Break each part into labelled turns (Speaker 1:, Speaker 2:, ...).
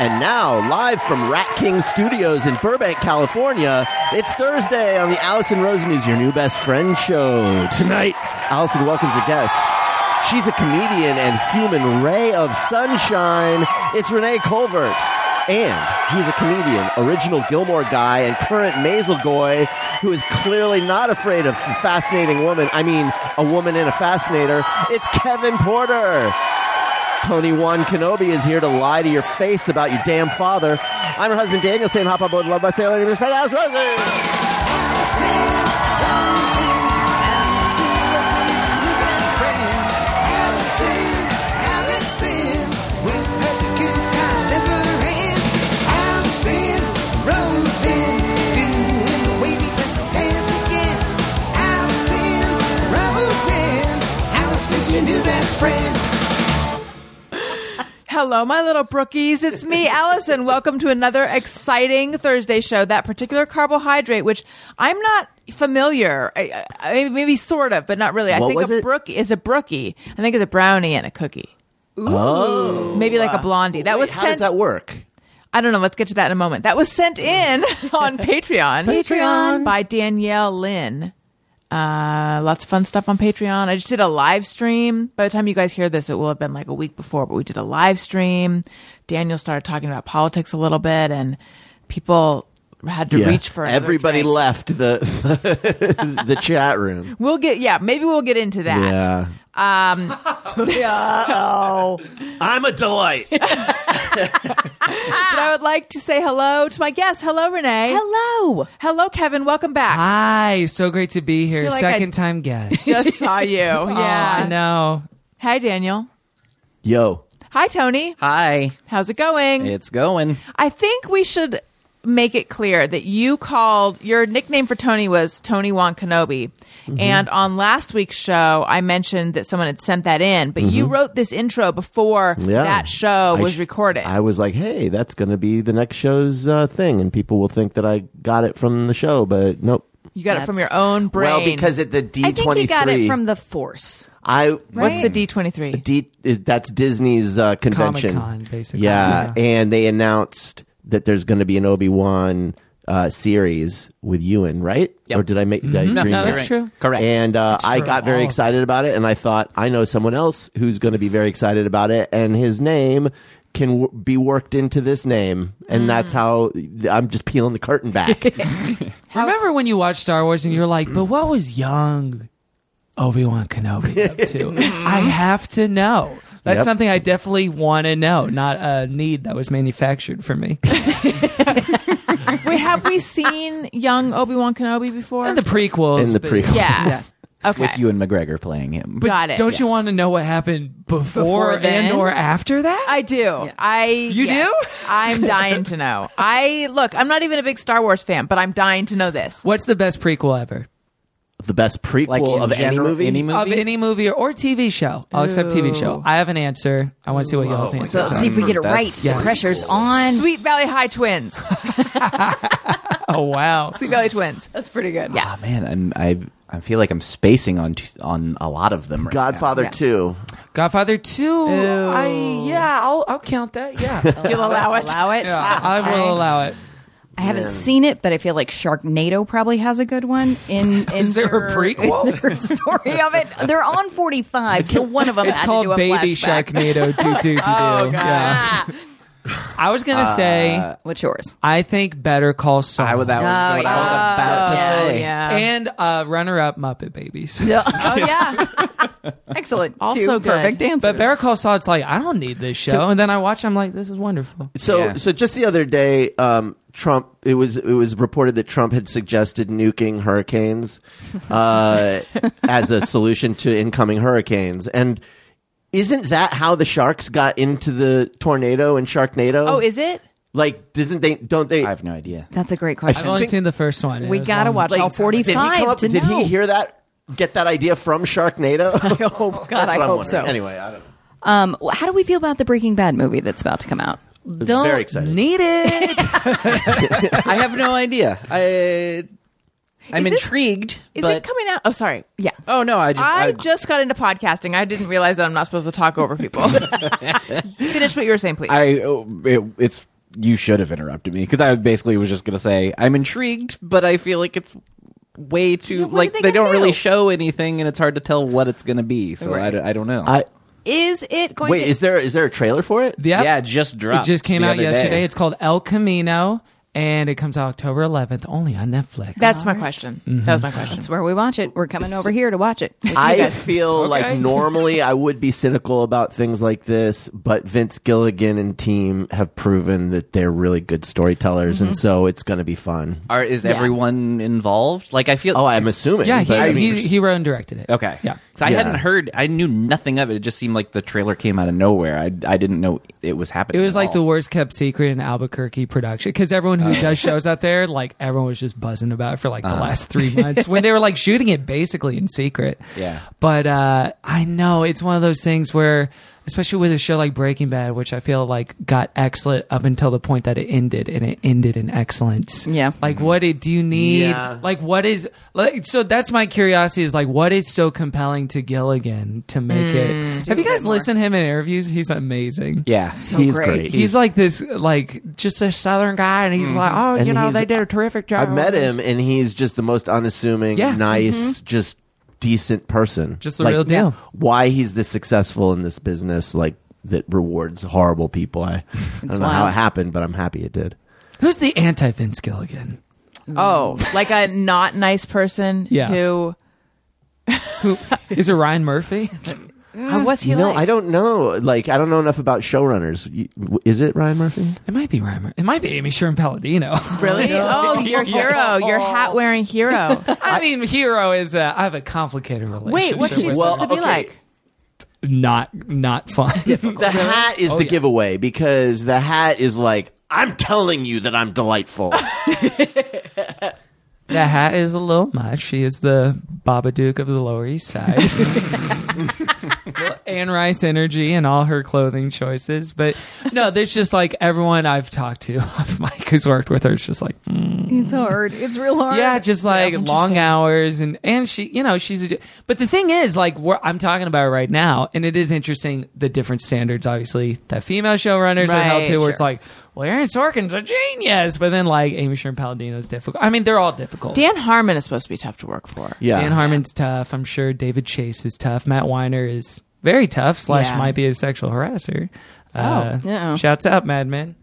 Speaker 1: And now, live from Rat King Studios in Burbank, California, it's Thursday on the Allison Rosen is Your New Best Friend show. Tonight, Allison welcomes a guest. She's a comedian and human ray of sunshine. It's Renee Colvert. And he's a comedian, original Gilmore guy, and current Maisel Goy, who is clearly not afraid of a fascinating woman. I mean, a woman in a fascinator. It's Kevin Porter. Tony One Kenobi is here to lie to your face about your damn father. I'm her husband Daniel saying hop on board love by sailor and his friend Alice Rosen.
Speaker 2: Your new best friend.
Speaker 3: Hello, my little brookies. It's me, Allison. Welcome to another exciting Thursday show. That particular carbohydrate, which I'm not familiar, I, I, I- maybe sort of, but not really. I
Speaker 1: What
Speaker 3: think
Speaker 1: was
Speaker 3: a
Speaker 1: it?
Speaker 3: brookie is a brookie. I think it's a brownie and a cookie.
Speaker 1: Oh,
Speaker 3: Maybe like a blondie. That
Speaker 1: Wait,
Speaker 3: was
Speaker 1: how
Speaker 3: sent.
Speaker 1: does that work?
Speaker 3: I don't know. Let's get to that in a moment. That was sent in on Patreon.
Speaker 1: Patreon.
Speaker 3: by Danielle Lynn. Uh, lots of fun stuff on Patreon. I just did a live stream. By the time you guys hear this, it will have been like a week before, but we did a live stream. Daniel started talking about politics a little bit, and people had to
Speaker 1: Yeah.
Speaker 3: reach for another
Speaker 1: everybody
Speaker 3: drink.
Speaker 1: left the the chat room.
Speaker 3: We'll get yeah. Maybe we'll get into that.
Speaker 1: Yeah, I'm a delight.
Speaker 3: But I would like to say hello to my guest. Hello, Renee.
Speaker 4: Hello.
Speaker 3: Hello, Kevin. Welcome back.
Speaker 4: Hi. So great to be here.
Speaker 3: feel like I-
Speaker 4: Second time guest. Oh,
Speaker 3: Just saw you.
Speaker 4: I
Speaker 3: yeah.
Speaker 4: know.
Speaker 3: Hi, Daniel.
Speaker 1: Yo,
Speaker 3: Hi, Tony.
Speaker 5: Hi.
Speaker 3: How's it going?
Speaker 5: It's going.
Speaker 3: I think we should make it clear that you called your nickname for Tony was Tony Wan Kenobi.
Speaker 1: Mm-hmm.
Speaker 3: And on last week's show, I mentioned that someone had sent that in, but you wrote this intro before
Speaker 1: Mm-hmm. yeah.
Speaker 3: that show
Speaker 1: I
Speaker 3: was
Speaker 1: sh-
Speaker 3: recorded.
Speaker 1: I was like, hey, that's going to be the next show's uh, thing, and people will think that I got it from the show, but nope.
Speaker 3: you got it from your
Speaker 4: That's-
Speaker 3: own brain.
Speaker 1: Well, because at the D23,
Speaker 6: I think we got it from the Force.
Speaker 1: I
Speaker 3: what's the D twenty three?
Speaker 1: D, that's Disney's uh, convention.
Speaker 4: Comic-Con, basically.
Speaker 1: Yeah,
Speaker 4: Yeah.
Speaker 1: and they announced that there's going to be an Obi Wan uh, series with Ewan, right?
Speaker 5: Yep.
Speaker 1: Or did I make? Did I dream
Speaker 5: no,
Speaker 1: that?
Speaker 5: that's
Speaker 3: true.
Speaker 5: Correct.
Speaker 1: And uh, I
Speaker 4: true.
Speaker 1: got very
Speaker 4: All of
Speaker 1: excited about it, and I thought I know someone else who's going to be very excited about it, and his name can w- be worked into this name, and that's how I'm just peeling the curtain back.
Speaker 4: Remember when you watched Star Wars and you're like, but what was young Obi Wan Kenobi up to?
Speaker 3: Mm-hmm.
Speaker 4: I have to know. That's
Speaker 1: Yep.
Speaker 4: something I definitely want to know, not a need that was manufactured for me.
Speaker 3: Wait, have we seen young Obi Wan Kenobi before?
Speaker 4: In the prequels.
Speaker 1: In the
Speaker 4: but-
Speaker 1: prequels.
Speaker 3: yeah. Okay.
Speaker 5: With Ewan McGregor playing him.
Speaker 4: But
Speaker 3: Got it.
Speaker 4: Don't you
Speaker 3: Yes.
Speaker 4: want to know what happened before,
Speaker 6: Before then?
Speaker 4: and or after that?
Speaker 3: I do. I you
Speaker 4: do?
Speaker 3: I'm dying to know. I look. I'm not even a big Star Wars fan, but I'm dying to know this.
Speaker 4: What's the best prequel ever?
Speaker 1: the best prequel
Speaker 5: Like in
Speaker 1: of
Speaker 5: general-
Speaker 1: any movie.
Speaker 5: Any movie?
Speaker 4: Of any movie or, or TV show. I'll accept TV show. I have an answer. I want to see what y'all's answers
Speaker 6: Let's see if we get it
Speaker 5: That's-
Speaker 6: right.
Speaker 5: yes.
Speaker 6: Pressure's on.
Speaker 3: Sweet Valley High Twins.
Speaker 4: are. Oh, wow.
Speaker 3: Sweet Valley Twins.
Speaker 6: That's pretty good.
Speaker 3: Yeah.
Speaker 5: Ah, man, I'm, I I feel like I'm spacing on t- on a lot of them. Right
Speaker 1: Godfather
Speaker 3: Yeah.
Speaker 1: Two.
Speaker 4: Godfather Two. I yeah, I'll I'll count that. Yeah,
Speaker 3: You'll allow it.
Speaker 6: Allow it.
Speaker 4: yeah I will allow it.
Speaker 6: I haven't seen it, but I feel like Sharknado probably has a good one in in
Speaker 4: Is there a
Speaker 6: their,
Speaker 4: prequel?
Speaker 6: in their story of it. They're on forty five, so one of them
Speaker 4: It's
Speaker 6: had to do
Speaker 4: called
Speaker 6: a
Speaker 4: Baby
Speaker 6: flashback.
Speaker 4: Sharknado. Do do do do. Yeah.
Speaker 6: Ah,
Speaker 4: I was gonna say
Speaker 6: what's yours?
Speaker 4: I think Better Call Saul.
Speaker 5: now. I, that was
Speaker 6: Oh,
Speaker 5: what I
Speaker 6: yeah.
Speaker 5: was about to
Speaker 3: Oh,
Speaker 5: say.
Speaker 3: yeah.
Speaker 4: and uh, runner up Muppet Babies.
Speaker 3: oh yeah.
Speaker 6: Excellent.
Speaker 3: Also
Speaker 6: Two perfect
Speaker 3: good.
Speaker 6: answers.
Speaker 4: But Better Call Saul, it's like I don't need this show, and then I watch. I'm like, this is wonderful.
Speaker 1: So
Speaker 5: Yeah.
Speaker 1: so just the other day, um, Trump it was it was reported that Trump had suggested nuking hurricanes uh, as a solution to incoming hurricanes and. Isn't that how the sharks got into the tornado and Sharknado?
Speaker 3: Oh, is it?
Speaker 1: like, doesn't they? Don't they?
Speaker 5: I have no idea.
Speaker 6: That's a great
Speaker 4: I've
Speaker 6: question.
Speaker 4: only
Speaker 1: think-
Speaker 4: seen the first one.
Speaker 6: we
Speaker 4: It was
Speaker 6: gotta
Speaker 4: long.
Speaker 6: watch
Speaker 1: like,
Speaker 6: all forty
Speaker 1: Did he, come
Speaker 6: five
Speaker 1: up-
Speaker 6: to
Speaker 1: did
Speaker 6: know.
Speaker 1: he hear that? Get that idea from Sharknado? That's
Speaker 6: Oh
Speaker 1: what
Speaker 6: God, I
Speaker 1: I'm
Speaker 6: hope
Speaker 1: wondering.
Speaker 6: so.
Speaker 1: Anyway, I don't. know.
Speaker 6: Um, wh- how do we feel about the Breaking Bad movie that's about to come out?
Speaker 4: Don't
Speaker 1: Very excited.
Speaker 4: Need it.
Speaker 5: I have no idea. I
Speaker 7: I'm
Speaker 3: Is this-
Speaker 7: intrigued,
Speaker 3: Is
Speaker 7: but
Speaker 3: it coming out? Oh, sorry.
Speaker 6: Yeah.
Speaker 7: oh no, I just
Speaker 3: I
Speaker 7: I,
Speaker 3: just got into podcasting. I didn't realize that I'm not supposed to talk over people. Finish what you were saying, please.
Speaker 5: I oh, it, it's you should have interrupted me because I basically was just gonna say I'm intrigued, but I feel like it's
Speaker 7: way too
Speaker 3: what are
Speaker 7: like
Speaker 3: they
Speaker 7: they,
Speaker 3: gonna
Speaker 7: don't really
Speaker 3: do?
Speaker 7: show anything, and it's hard to tell what it's going to be. So I
Speaker 6: Right.
Speaker 7: d- I, don't know.
Speaker 1: I
Speaker 3: is it going
Speaker 1: wait.
Speaker 3: to
Speaker 1: Is there is there a trailer for it?
Speaker 4: Yep.
Speaker 7: Yeah, it just
Speaker 4: It
Speaker 7: dropped.
Speaker 4: just came
Speaker 7: the
Speaker 4: out
Speaker 7: other day.
Speaker 4: yesterday. It's called El Camino, and it comes out October 11th, only on Netflix.
Speaker 3: That's my question. That was my question.
Speaker 6: That's where we watch it. We're coming over here to watch it. with you
Speaker 1: I
Speaker 6: guys.
Speaker 1: feel like normally I would be cynical about things like this, but Vince Gilligan and team have proven that they're really good storytellers,
Speaker 4: Mm-hmm.
Speaker 1: and so it's going to be fun.
Speaker 7: Are is everyone involved? Like I feel.
Speaker 1: Oh, I'm assuming.
Speaker 4: yeah, he,
Speaker 1: but I mean,
Speaker 4: he, he wrote and directed it.
Speaker 7: okay.
Speaker 4: Yeah.
Speaker 7: So I
Speaker 1: Yeah.
Speaker 7: hadn't heard. I knew nothing of it. It just seemed like the trailer came out of nowhere. I I didn't know it was
Speaker 4: It
Speaker 7: happening.
Speaker 4: was
Speaker 7: at
Speaker 4: like the
Speaker 7: all.
Speaker 4: worst kept secret in Albuquerque production because everyone who does shows out there, like everyone was just buzzing about it for like the
Speaker 7: Uh-huh.
Speaker 4: last three months when they were like shooting it basically in secret.
Speaker 7: Yeah.
Speaker 4: But uh, I know it's one of those things where, especially with a show like Breaking Bad, which I feel like got excellent up until the point that it ended, and it ended in excellence.
Speaker 6: Yeah.
Speaker 4: Like, what it, do you need?
Speaker 1: Yeah.
Speaker 4: Like, what is like? So that's my curiosity is like, what is so compelling to Gilligan to make it? Have you guys listened to him in interviews? He's amazing.
Speaker 7: Yeah.
Speaker 1: he's
Speaker 6: great.
Speaker 1: great.
Speaker 4: He's, like this, like just a southern guy, and he's like, oh, you
Speaker 1: And
Speaker 4: know,
Speaker 1: he's-
Speaker 4: they did a terrific
Speaker 1: I
Speaker 4: job.
Speaker 1: met him, and he's just the most unassuming,
Speaker 4: Yeah. mm-hmm.
Speaker 1: nice, just decent person.
Speaker 4: Just the real deal.
Speaker 1: Why he's this successful in this business, like that rewards horrible people. I, I don't know how
Speaker 6: wild.
Speaker 1: it happened, but I'm happy it did.
Speaker 4: Who's the anti Vince Gilligan?
Speaker 3: Oh, like a not nice person
Speaker 4: Yeah.
Speaker 3: who
Speaker 4: Who is it? Ryan Murphy?
Speaker 6: Mm.
Speaker 3: Uh, what's he
Speaker 1: You know,
Speaker 3: like?
Speaker 1: I don't know. Like, I don't know enough about showrunners. You- w- Is it Ryan Murphy?
Speaker 4: It might be Ryan. Mur- It might be Amy Sherman Palladino.
Speaker 3: really? Oh, your hero, your hat wearing hero.
Speaker 4: I, mean, Hero is. Uh, I have a complicated relationship.
Speaker 3: Wait, what's she
Speaker 4: with-
Speaker 1: Well,
Speaker 3: supposed to be
Speaker 1: okay.
Speaker 3: like?
Speaker 4: Not not fun.
Speaker 1: The hat is the
Speaker 4: Oh, yeah.
Speaker 1: giveaway because the hat is like, I'm telling you that I'm delightful.
Speaker 4: the hat is a little much. She is the Babadook of the Lower East Side. Anne Rice energy and all her clothing choices, but no, there's just like everyone I've talked to off mic who's worked with her is just like,
Speaker 6: It's hard. It's real hard.
Speaker 4: Yeah, just like long hours and and she, you know, she's a. But the thing is, like, we're, I'm talking about it right now, and it is interesting the different standards, obviously, that female showrunners are held
Speaker 3: Right,
Speaker 4: to, where it's
Speaker 3: sure.
Speaker 4: like, well, Aaron Sorkin's a genius, but then like Amy Sherman Palladino's difficult. I mean, they're all difficult.
Speaker 3: Dan Harmon is supposed to be tough to work for.
Speaker 1: yeah.
Speaker 4: Dan Harmon's tough. I'm sure David Chase is tough. Matt Weiner is very tough. Slash,
Speaker 3: Yeah.
Speaker 4: might be a sexual harasser. Uh,
Speaker 6: uh-oh.
Speaker 4: shouts out, Mad Men.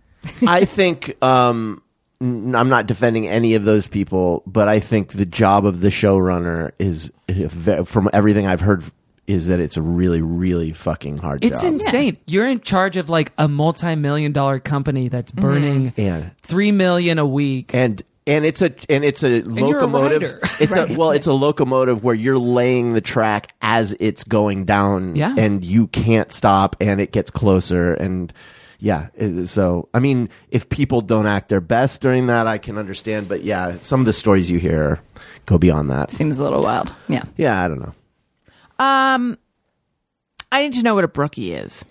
Speaker 1: I think um, n- I'm not defending any of those people, but I think the job of the showrunner is, ve- from everything I've heard, is that it's a really, really fucking hard
Speaker 4: It's
Speaker 1: job.
Speaker 4: insane. You're in charge of like a multi-million dollar company that's burning
Speaker 1: And-
Speaker 4: three million a week.
Speaker 1: and and it's a and it's a
Speaker 4: you're a
Speaker 1: locomotive.
Speaker 4: rider.
Speaker 1: it's a well, it's a locomotive where you're laying the track as it's going down,
Speaker 4: Yeah.
Speaker 1: and you can't stop, and it gets closer, and yeah. it- So I mean, if people don't act their best during that, I can understand, but yeah, some of the stories you hear go beyond that.
Speaker 6: Seems a little wild. Yeah.
Speaker 1: Yeah, I don't know.
Speaker 3: Um, I need to know what a brookie is,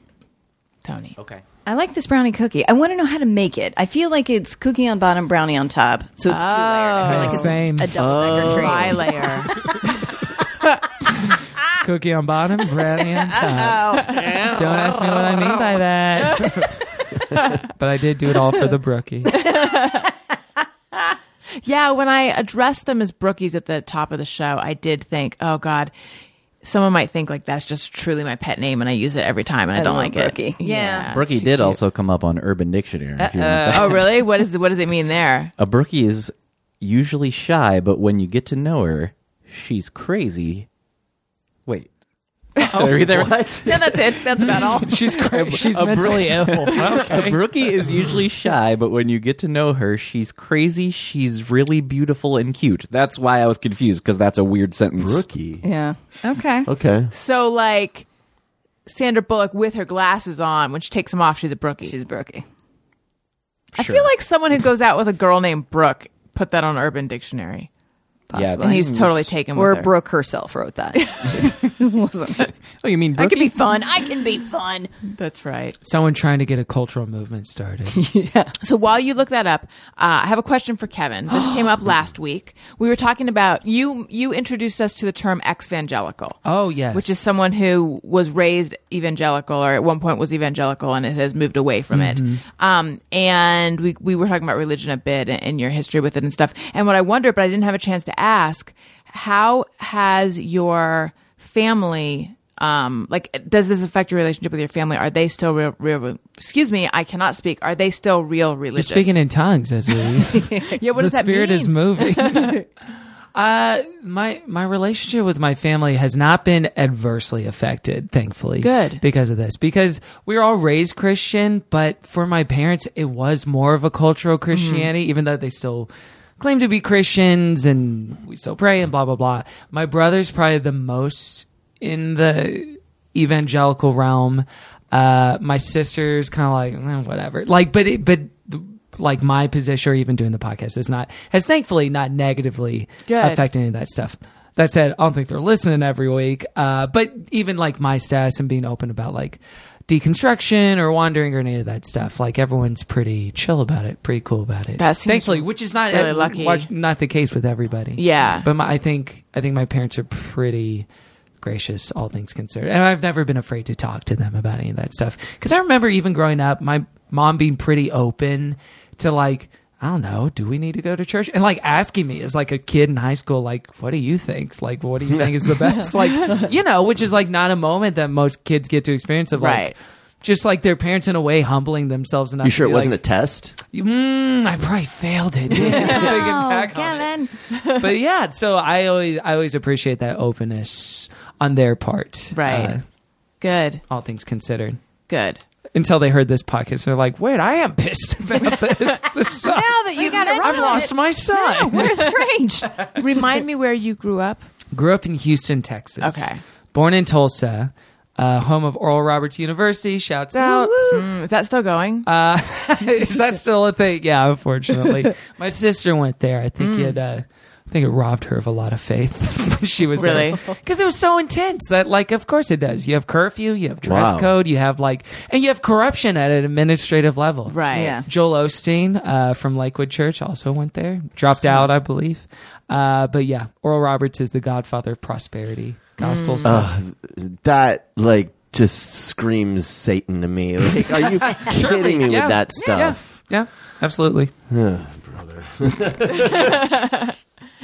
Speaker 3: Tony. Okay.
Speaker 6: I like this brownie cookie. I want to know how to make it. I feel like it's cookie on bottom, brownie on top. So it's two layered. I feel like it's
Speaker 4: Same.
Speaker 6: a double decker train.
Speaker 3: Bi layer.
Speaker 4: Cookie on bottom, brownie on top. Don't ask me what I mean by that. but I did do it all for the brookie.
Speaker 3: yeah, when I addressed them as brookies at the top of the show, I did think, oh God, someone might think like that's just truly my pet name and I use it every time and I,
Speaker 6: I
Speaker 3: don't
Speaker 6: love
Speaker 3: like
Speaker 6: brookie.
Speaker 3: it.
Speaker 6: Yeah.
Speaker 3: it's
Speaker 7: Brookie
Speaker 3: too
Speaker 7: did
Speaker 3: cute.
Speaker 5: also come up on Urban Dictionary. If you want that.
Speaker 3: Oh really? What is what does it mean there?
Speaker 5: A brookie is usually shy, but when you get to know her, she's crazy. Wait.
Speaker 4: Oh,
Speaker 5: Did I read that right?
Speaker 6: Yeah, that's it. That's about all.
Speaker 4: She's cra- she's
Speaker 5: a
Speaker 4: mentally ill. Okay.
Speaker 5: A brookie is usually shy, but when you get to know her, she's crazy, she's really beautiful and cute. That's why I was confused because that's a weird sentence.
Speaker 1: Rookie.
Speaker 6: yeah. Okay.
Speaker 1: Okay.
Speaker 3: So like Sandra Bullock with her glasses on, when she takes them off, she's a brookie.
Speaker 6: She's brookie.
Speaker 3: I feel like someone who goes out with a girl named Brooke put that on Urban Dictionary. possibly. he's totally taken
Speaker 6: Or
Speaker 3: with her.
Speaker 6: Brooke herself wrote that. Just- just listen.
Speaker 5: Oh, you mean
Speaker 6: I
Speaker 5: Brooke?
Speaker 6: can be fun. I can be fun.
Speaker 3: That's right.
Speaker 4: Someone trying to get a cultural movement started.
Speaker 3: So while you look that up, uh, I have a question for Kevin. This came up last week. We were talking about you. You introduced us to the term evangelical.
Speaker 4: Oh, yes.
Speaker 3: which is someone who was raised evangelical or at one point was evangelical and has moved away from it.
Speaker 4: Mm-hmm.
Speaker 3: Um, and we we were talking about religion a bit and, and your history with it and stuff. And what I wonder, but I didn't have a chance to ask, how has your family um like does this affect your relationship with your family are they still real, real excuse me i cannot speak are they still real
Speaker 4: You're
Speaker 3: religious
Speaker 4: speaking in tongues as we.
Speaker 3: yeah what
Speaker 4: the
Speaker 3: does that
Speaker 4: spirit
Speaker 3: mean
Speaker 4: is moving. uh, my my relationship with my family has not been adversely affected, thankfully.
Speaker 3: Good.
Speaker 4: because of this. Because we were all raised Christian, but for my parents, it was more of a cultural Christianity, even though they still claim to be Christians and we still pray and blah blah blah. My brother's probably the most in the evangelical realm. Uh, my sister's kind of like eh, whatever, like, but it, but like my position or even doing the podcast is not has thankfully not negatively
Speaker 3: Good.
Speaker 4: affected any of that stuff. That said, I don't think they're listening every week. Uh, but even like my status and being open about like deconstruction or wandering or any of that stuff, like everyone's pretty chill about it, pretty cool about it.
Speaker 3: That seems
Speaker 4: thankfully, which is not
Speaker 3: really
Speaker 4: uh,
Speaker 3: lucky.
Speaker 4: watch- not the case with everybody.
Speaker 3: Yeah.
Speaker 4: but my, I think I think my parents are pretty gracious all things considered and i've never been afraid to talk to them about any of that stuff because i remember even growing up my mom being pretty open to like i don't know do we need to go to church and like asking me as like a kid in high school like what do you think like what do you think is the best like you know which is like not a moment that most kids get to experience of like
Speaker 3: Right.
Speaker 4: just like their parents in a way humbling themselves enough
Speaker 1: You sure
Speaker 4: to
Speaker 1: it
Speaker 4: be
Speaker 1: wasn't
Speaker 4: like,
Speaker 1: a test?
Speaker 4: mm, i probably failed it didn't I?" Thinking back on it
Speaker 6: Oh, Kevin.
Speaker 4: but yeah, so I always I always appreciate that openness on their part.
Speaker 3: right
Speaker 4: uh,
Speaker 3: good
Speaker 4: all things considered.
Speaker 3: good
Speaker 4: Until they heard this podcast, they're like, "Wait, I am pissed about this. This sucks. now that
Speaker 3: you got around
Speaker 4: I've lost my son."
Speaker 6: We're strange.
Speaker 3: remind me where you grew up
Speaker 4: Grew up in Houston, Texas.
Speaker 3: Okay.
Speaker 4: Born in Tulsa, uh, home of Oral Roberts University. Shouts out.
Speaker 3: Mm, is that still going
Speaker 4: Is that still a thing? Yeah, unfortunately, my sister went there. I think it.
Speaker 3: Mm.
Speaker 4: Uh, I think it robbed her of a lot of faith. when she was
Speaker 3: Really?
Speaker 4: because it was so intense that, like, of course it does. You have curfew, you have dress
Speaker 1: Wow.
Speaker 4: code, you have like, and you have corruption at an administrative level.
Speaker 3: right
Speaker 6: Yeah.
Speaker 4: Joel Osteen uh, from Lakewood Church also went there. Dropped
Speaker 3: Mm-hmm.
Speaker 4: out, I believe. Uh, but yeah, Oral Roberts is the godfather of prosperity gospel.
Speaker 3: Mm.
Speaker 4: stuff.
Speaker 1: That like just screams Satan to me. Like, are you kidding me
Speaker 4: yeah.
Speaker 1: with that
Speaker 4: yeah,
Speaker 1: stuff?
Speaker 4: yeah, absolutely.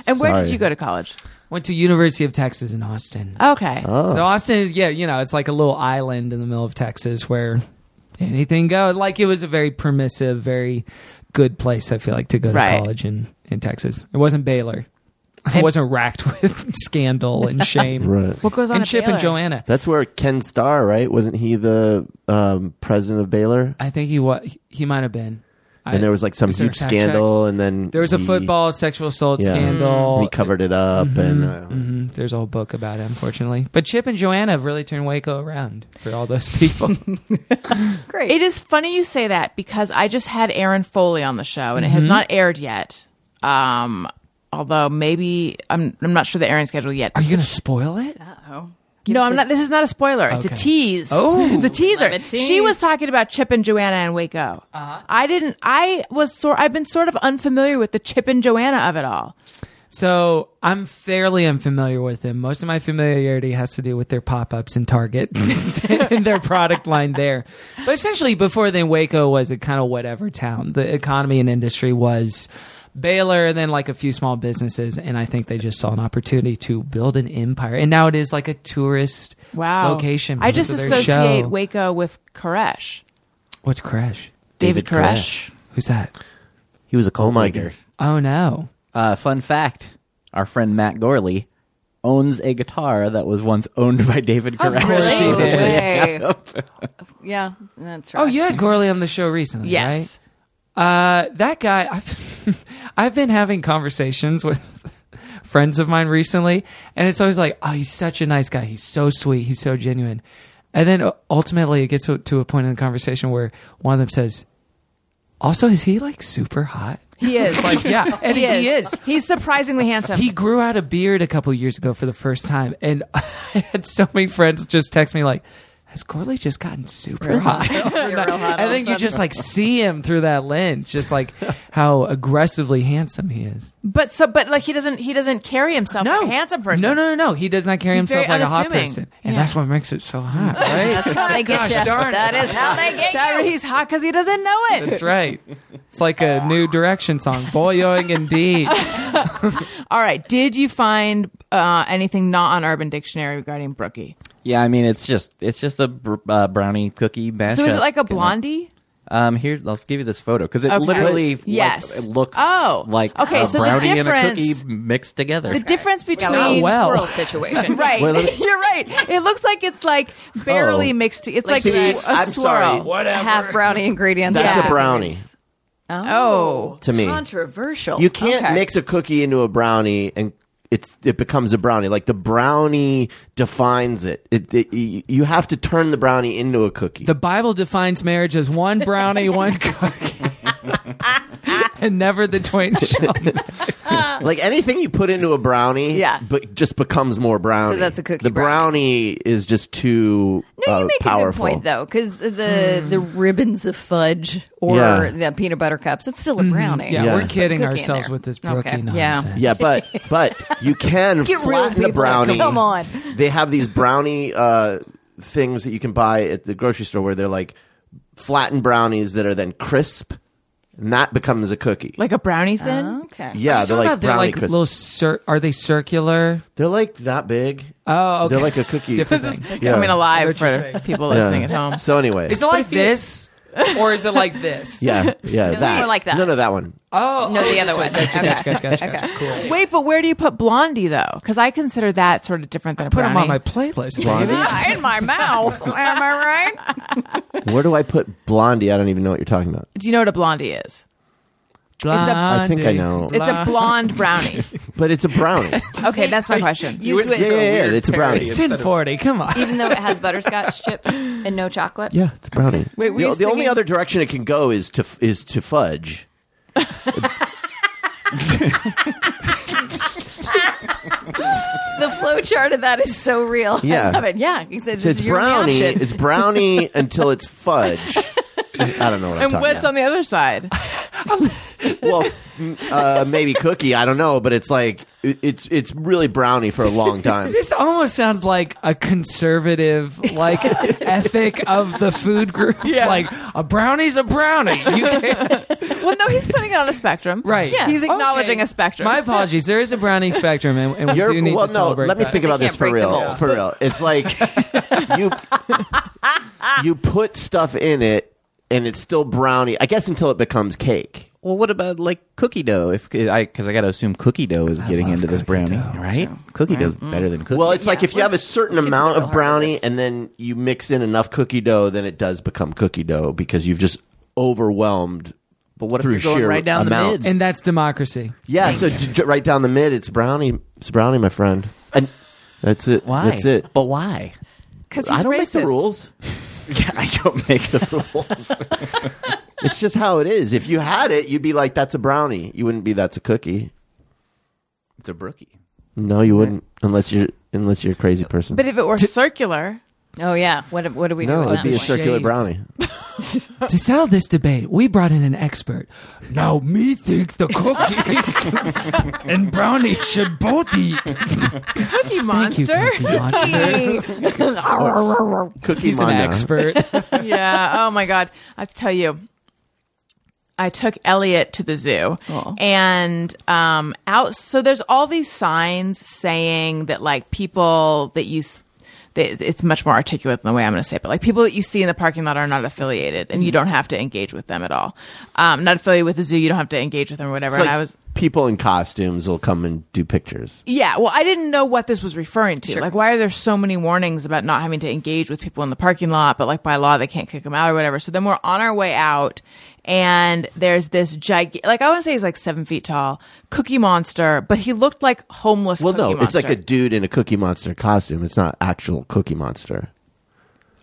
Speaker 3: And where did
Speaker 1: Sorry.
Speaker 3: you go to college?
Speaker 4: Went to University of Texas in Austin.
Speaker 3: Okay.
Speaker 4: So Austin is yeah, you know, it's like a little island in the middle of Texas where anything goes. Like it was a very permissive, very good place. I feel like to go to
Speaker 3: Right.
Speaker 4: college in in Texas. It wasn't Baylor. It wasn't racked with scandal and shame.
Speaker 1: Right.
Speaker 3: what goes on
Speaker 4: And
Speaker 3: at
Speaker 4: Chip
Speaker 3: Baylor?
Speaker 4: and Joanna.
Speaker 1: That's where Ken Starr, right? Wasn't he the um, president of Baylor?
Speaker 4: I think he what he might have been. I-
Speaker 1: And there was like some
Speaker 4: is there a
Speaker 1: huge
Speaker 4: fact check?
Speaker 1: scandal, and then
Speaker 4: There was a
Speaker 1: he-
Speaker 4: football sexual assault
Speaker 1: Yeah.
Speaker 4: scandal.
Speaker 1: He covered it up, and uh,
Speaker 4: hmm There's a whole book about it, unfortunately. But Chip and Joanna have really turned Waco around for all those people.
Speaker 6: Great.
Speaker 3: It is funny you say that because I just had Aaron Foley on the show and it has not aired yet. Um, although maybe I'm I'm not sure the airing schedule yet.
Speaker 4: Are you going to spoil it?
Speaker 6: Oh.
Speaker 3: No, I'm not. This is not a spoiler. It's
Speaker 4: Okay.
Speaker 3: a tease.
Speaker 4: Oh.
Speaker 3: it's a teaser.
Speaker 6: Love a tease.
Speaker 3: She was talking about Chip and Joanna and Waco. I didn't. I was sort. I've been sort of unfamiliar with the Chip and Joanna of it all.
Speaker 4: So I'm fairly unfamiliar with them. Most of my familiarity has to do with their pop-ups in Target and their product line there. But essentially, before then, Waco was a kind of whatever town. The economy and industry was Baylor, and then like a few small businesses. And I think they just saw an opportunity to build an empire. And now it is like a tourist
Speaker 3: Wow.
Speaker 4: location.
Speaker 3: I
Speaker 4: because
Speaker 3: just
Speaker 4: of their
Speaker 3: associate
Speaker 4: show.
Speaker 3: Waco with Koresh.
Speaker 4: What's Crash?
Speaker 7: David
Speaker 3: David, Koresh.
Speaker 4: Who's that?
Speaker 1: he was a coal miner.
Speaker 4: Oh no.
Speaker 7: Uh, fun fact: Our friend Matt Gorley owns a guitar that was once owned by David
Speaker 3: Of
Speaker 7: Koresh.
Speaker 3: course he
Speaker 6: No
Speaker 3: did.
Speaker 6: way. yeah, that's right.
Speaker 4: Oh, you had Gorley on the show recently,
Speaker 3: Yes.
Speaker 4: right? Uh, that guy, I've, I've been having conversations with friends of mine recently, and it's always like, oh, he's such a nice guy. He's so sweet. He's so genuine. And then uh, ultimately, it gets to, to a point in the conversation where one of them says, also, is he like super hot?
Speaker 3: He is.
Speaker 4: Like, yeah, and he, is.
Speaker 3: He's surprisingly handsome.
Speaker 4: He grew out a beard a couple years ago for the first time, and I had so many friends just text me like, "Has Corley just gotten super hot?" I think you just like see him through that lens, just like how aggressively handsome he is.
Speaker 3: but so, but like he doesn't. He doesn't carry himself like a handsome person.
Speaker 4: No, no, no, no. He does not carry
Speaker 3: He's
Speaker 4: himself
Speaker 3: very
Speaker 4: like a hot
Speaker 3: unassuming.
Speaker 4: person, and
Speaker 3: Yeah.
Speaker 4: that's what makes it so hot, right?
Speaker 6: That's how they get you.
Speaker 4: darn it.
Speaker 6: That is how they get
Speaker 3: That-
Speaker 6: you.
Speaker 3: he's hot because he doesn't know it.
Speaker 4: That's right. It's like a new direction song, boyoing indeed.
Speaker 3: All right. Did you find uh, anything not on Urban Dictionary regarding Brookie?
Speaker 5: Yeah, I mean it's just it's just a br- uh, brownie cookie mashup.
Speaker 3: So is it like a blondie?
Speaker 5: Um, here I'll give you this photo because it
Speaker 3: Okay.
Speaker 5: literally like,
Speaker 3: Yes.
Speaker 5: it looks
Speaker 3: Oh.
Speaker 5: like
Speaker 3: Okay,
Speaker 5: a
Speaker 3: so the
Speaker 5: brownie and a cookie
Speaker 3: difference-
Speaker 5: mixed together.
Speaker 3: The difference
Speaker 6: Got a little
Speaker 3: between
Speaker 4: Oh, well.
Speaker 6: squirrel situation.
Speaker 3: right,
Speaker 5: Wait, let me-
Speaker 3: you're right. It looks like it's like barely mixed. It's like,
Speaker 6: Like
Speaker 3: a
Speaker 6: see,
Speaker 1: I'm sorry.
Speaker 3: swirl.
Speaker 6: Half brownie ingredients.
Speaker 1: That's
Speaker 3: Yeah.
Speaker 1: a brownie
Speaker 3: Oh,
Speaker 1: to me.
Speaker 6: Controversial.
Speaker 1: You can't
Speaker 6: Okay.
Speaker 1: mix a cookie into a brownie and it's it becomes a brownie. Like the brownie defines it. It, it y- you have to turn the brownie into a cookie.
Speaker 4: The Bible defines marriage as one brownie, one cookie, and never the twain shall. meet.
Speaker 1: like anything you put into a brownie,
Speaker 6: Yeah.
Speaker 1: but just becomes more brownie.
Speaker 6: So that's a cookie
Speaker 1: The brownie, is just too
Speaker 6: No,
Speaker 1: uh,
Speaker 6: you make
Speaker 1: powerful.
Speaker 6: a good point though, because the
Speaker 4: Hmm.
Speaker 6: the ribbons of fudge or
Speaker 1: Yeah.
Speaker 6: the peanut butter cups, it's still a brownie.
Speaker 4: Mm-hmm. Yeah,
Speaker 1: Yeah.
Speaker 4: we're kidding
Speaker 6: Cookie in
Speaker 4: ourselves
Speaker 6: there.
Speaker 4: with this Brookie
Speaker 6: Okay. Yeah.
Speaker 4: nonsense.
Speaker 1: Yeah, but but you can
Speaker 6: get real,
Speaker 1: flatten the
Speaker 6: people.
Speaker 1: brownie.
Speaker 6: Come on.
Speaker 1: They have these brownie uh, things that you can buy at the grocery store where they're like flattened brownies that are then crisp, and that becomes a cookie.
Speaker 3: like a brownie thin.
Speaker 6: Okay.
Speaker 1: yeah,
Speaker 4: Are you
Speaker 1: they're
Speaker 4: talking
Speaker 1: like
Speaker 4: about they're
Speaker 1: brownie
Speaker 4: like
Speaker 1: crisp.
Speaker 4: little cir- are they circular?
Speaker 1: They're like that big.
Speaker 4: Oh, okay.
Speaker 1: They're like a cookie.
Speaker 4: Different
Speaker 1: This
Speaker 4: thing.
Speaker 1: Yeah.
Speaker 3: I mean, alive
Speaker 4: I know what you're
Speaker 3: for people
Speaker 1: Yeah.
Speaker 3: listening at home.
Speaker 1: So anyway,
Speaker 4: Is it like this, or is it like this?
Speaker 1: yeah, yeah, that
Speaker 6: more like that.
Speaker 1: No, no, that one.
Speaker 4: Oh,
Speaker 6: No,
Speaker 4: oh,
Speaker 6: the other
Speaker 4: that's right.
Speaker 6: one.
Speaker 4: Gotcha,
Speaker 6: Okay.
Speaker 4: gotcha, gotcha, gotcha, gotcha. Cool.
Speaker 3: Wait, but where do you put blondie though? Because I consider that sort of different than a
Speaker 4: Put
Speaker 3: brownie.
Speaker 4: them on my playlist. baby.
Speaker 3: Yeah, in my mouth. Am I right?
Speaker 1: Where do I put blondie? I don't even know what you're talking about.
Speaker 3: Do you know what a blondie is?
Speaker 1: I think I know,
Speaker 3: It's a blonde brownie.
Speaker 1: but it's a brownie.
Speaker 3: Okay, that's my question.
Speaker 6: Used with
Speaker 1: yeah, yeah, yeah. It's a brownie.
Speaker 4: It's in forty. Come on.
Speaker 6: even though it has butterscotch chips and no chocolate.
Speaker 1: Yeah, it's a brownie.
Speaker 3: Wait, were
Speaker 1: the,
Speaker 3: you
Speaker 1: the only
Speaker 3: singing-
Speaker 1: other direction it can go is to is to fudge.
Speaker 6: The flow chart of that is so real.
Speaker 1: Yeah.
Speaker 6: I love it. Yeah. He said, this
Speaker 1: So it's
Speaker 6: is your
Speaker 1: brownie.
Speaker 6: option.
Speaker 1: It's brownie until it's fudge. I don't know what I'm
Speaker 3: And
Speaker 1: talking
Speaker 3: what's
Speaker 1: about.
Speaker 3: on the other side?
Speaker 1: well, mm, uh, maybe cookie. I don't know, but it's like it- it's it's really brownie for a long time.
Speaker 4: This almost sounds like a conservative like ethic of the food group. Like a brownie's a brownie. You can't-
Speaker 3: Well, no, he's putting it on a spectrum.
Speaker 4: Right. Yeah.
Speaker 3: He's acknowledging
Speaker 4: Okay.
Speaker 3: a spectrum.
Speaker 4: My apologies. There is a brownie spectrum, and, and we
Speaker 1: You're-
Speaker 4: do need
Speaker 1: well,
Speaker 4: to
Speaker 1: no.
Speaker 4: celebrate.
Speaker 1: Let me
Speaker 4: that.
Speaker 1: think about
Speaker 6: They
Speaker 1: this for
Speaker 6: can't break the
Speaker 1: real.
Speaker 6: mold.
Speaker 1: For real, it's like you you put stuff in it, and it's still brownie. I guess until it becomes cake.
Speaker 5: well, what about like cookie dough? If eh, I because I got to assume cookie dough is getting into this brownie, right? Cookie dough's better than cookie.
Speaker 1: Well, it's like if you have a
Speaker 6: let's
Speaker 1: certain
Speaker 6: get to
Speaker 1: amount
Speaker 6: the heart
Speaker 1: of
Speaker 6: of
Speaker 1: brownie
Speaker 6: this.
Speaker 1: and then you mix in enough cookie dough, then it does become cookie dough because you've just overwhelmed. But what
Speaker 5: if you're going right down the mids?
Speaker 4: And that's democracy.
Speaker 1: Yeah, so j- j- right down the mid, it's brownie. It's brownie, my friend. And that's it.
Speaker 5: why?
Speaker 1: That's it.
Speaker 5: But why?
Speaker 3: because
Speaker 1: I don't make the rules.
Speaker 5: Yeah, I don't make the rules.
Speaker 1: It's just how it is. If you had it, you'd be like, "That's a brownie." You wouldn't be, "That's a cookie."
Speaker 5: it's a brookie.
Speaker 1: No, you wouldn't, unless you're unless you're a crazy person.
Speaker 3: But if it were circular,
Speaker 6: oh, yeah. What, what do we do
Speaker 1: no,
Speaker 6: with
Speaker 1: it'd
Speaker 6: that?
Speaker 1: be a
Speaker 6: one?
Speaker 1: circular
Speaker 4: Shade.
Speaker 1: brownie.
Speaker 4: to settle this debate, we brought in an expert. Now, me thinks the cookie and brownie should both eat.
Speaker 3: cookie monster.
Speaker 4: Thank you, Cookie Monster.
Speaker 1: Cookie
Speaker 4: He's an
Speaker 1: mana.
Speaker 4: expert.
Speaker 3: yeah. Oh my god. I have to tell you. I took Elliot to the zoo and um out so there's all these signs saying that like people that you s- that it's much more articulate than the way I'm going to say it, but like people that you see in the parking lot are not affiliated and you don't have to engage with them at all. Um not affiliated with the zoo, you don't have to engage with them or whatever.
Speaker 1: It's like
Speaker 3: and I was
Speaker 1: people in costumes will come and do pictures.
Speaker 3: Yeah, well, I didn't know what this was referring to. Like, why are there so many warnings about not having to engage with people in the parking lot, but like by law they can't kick them out or whatever? So then we're on our way out, and there's this gigantic, like I want to say he's like seven feet tall, Cookie Monster, but he looked like homeless.
Speaker 1: Well,
Speaker 3: cookie
Speaker 1: no, it's
Speaker 3: Monster.
Speaker 1: like a dude in a Cookie Monster costume. It's not actual Cookie Monster.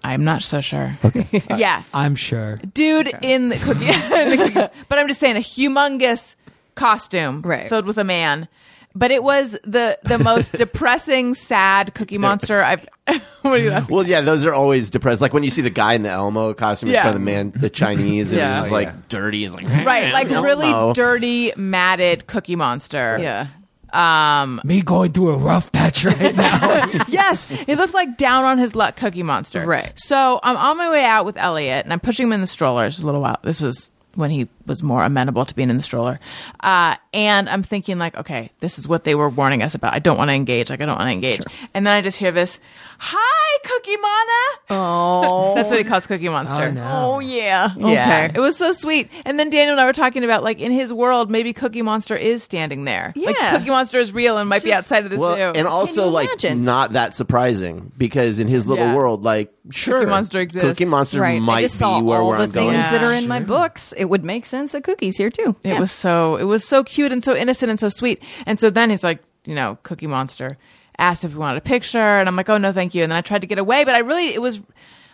Speaker 3: I'm not so sure. yeah,
Speaker 4: I'm sure.
Speaker 3: dude in the cookie, in the cookie- but I'm just saying a humongous costume
Speaker 6: Right.
Speaker 3: filled with a man. But it was the the most depressing, sad Cookie Monster I've. what are you laughing?
Speaker 1: Well, yeah, those are always depressed. Like when you see the guy in the Elmo costume
Speaker 3: Yeah.
Speaker 1: in front of the man, the Chinese, and
Speaker 3: Yeah.
Speaker 1: he's
Speaker 3: Oh,
Speaker 1: like dirty. It's like
Speaker 3: Right, like
Speaker 1: Elmo.
Speaker 3: really dirty, matted Cookie Monster.
Speaker 6: Yeah.
Speaker 3: Um.
Speaker 4: Me going through a rough patch right now.
Speaker 3: yes, he looked like down on his luck Cookie Monster.
Speaker 6: Right.
Speaker 3: So I'm on my way out with Elliot, and I'm pushing him in the stroller. It's a little while. This was when he was more amenable to being in the stroller. Uh, and I'm thinking like, okay, this is what they were warning us about. I don't want to engage. Like I don't want to engage. And then I just hear this, "Hi, Cookie Mana." Oh, that's what he calls Cookie Monster.
Speaker 6: Oh yeah.
Speaker 3: Yeah.
Speaker 6: Okay.
Speaker 3: It was so sweet. And then Daniel and I were talking about like in his world, maybe Cookie Monster is standing there. Like
Speaker 6: Yeah.
Speaker 3: Cookie Monster is real and might be
Speaker 6: Just-
Speaker 3: outside of the
Speaker 1: Well,
Speaker 3: zoo.
Speaker 1: and also
Speaker 6: you
Speaker 1: like
Speaker 6: imagine?
Speaker 1: not that surprising because in his little
Speaker 3: Yeah.
Speaker 1: world, like sure,
Speaker 3: Monster exists.
Speaker 1: Cookie Monster
Speaker 6: Right. I
Speaker 1: might
Speaker 6: just saw
Speaker 1: be where,
Speaker 6: all
Speaker 1: where
Speaker 6: the
Speaker 1: I'm
Speaker 6: things
Speaker 1: going.
Speaker 3: Yeah.
Speaker 6: that are in my books. It would make sense that cookies here too.
Speaker 3: It was so it was so cute and so innocent and so sweet. And so then he's like, you know, Cookie Monster asked if we wanted a picture, and I'm like, oh no, thank you. And then I tried to get away, but I really it was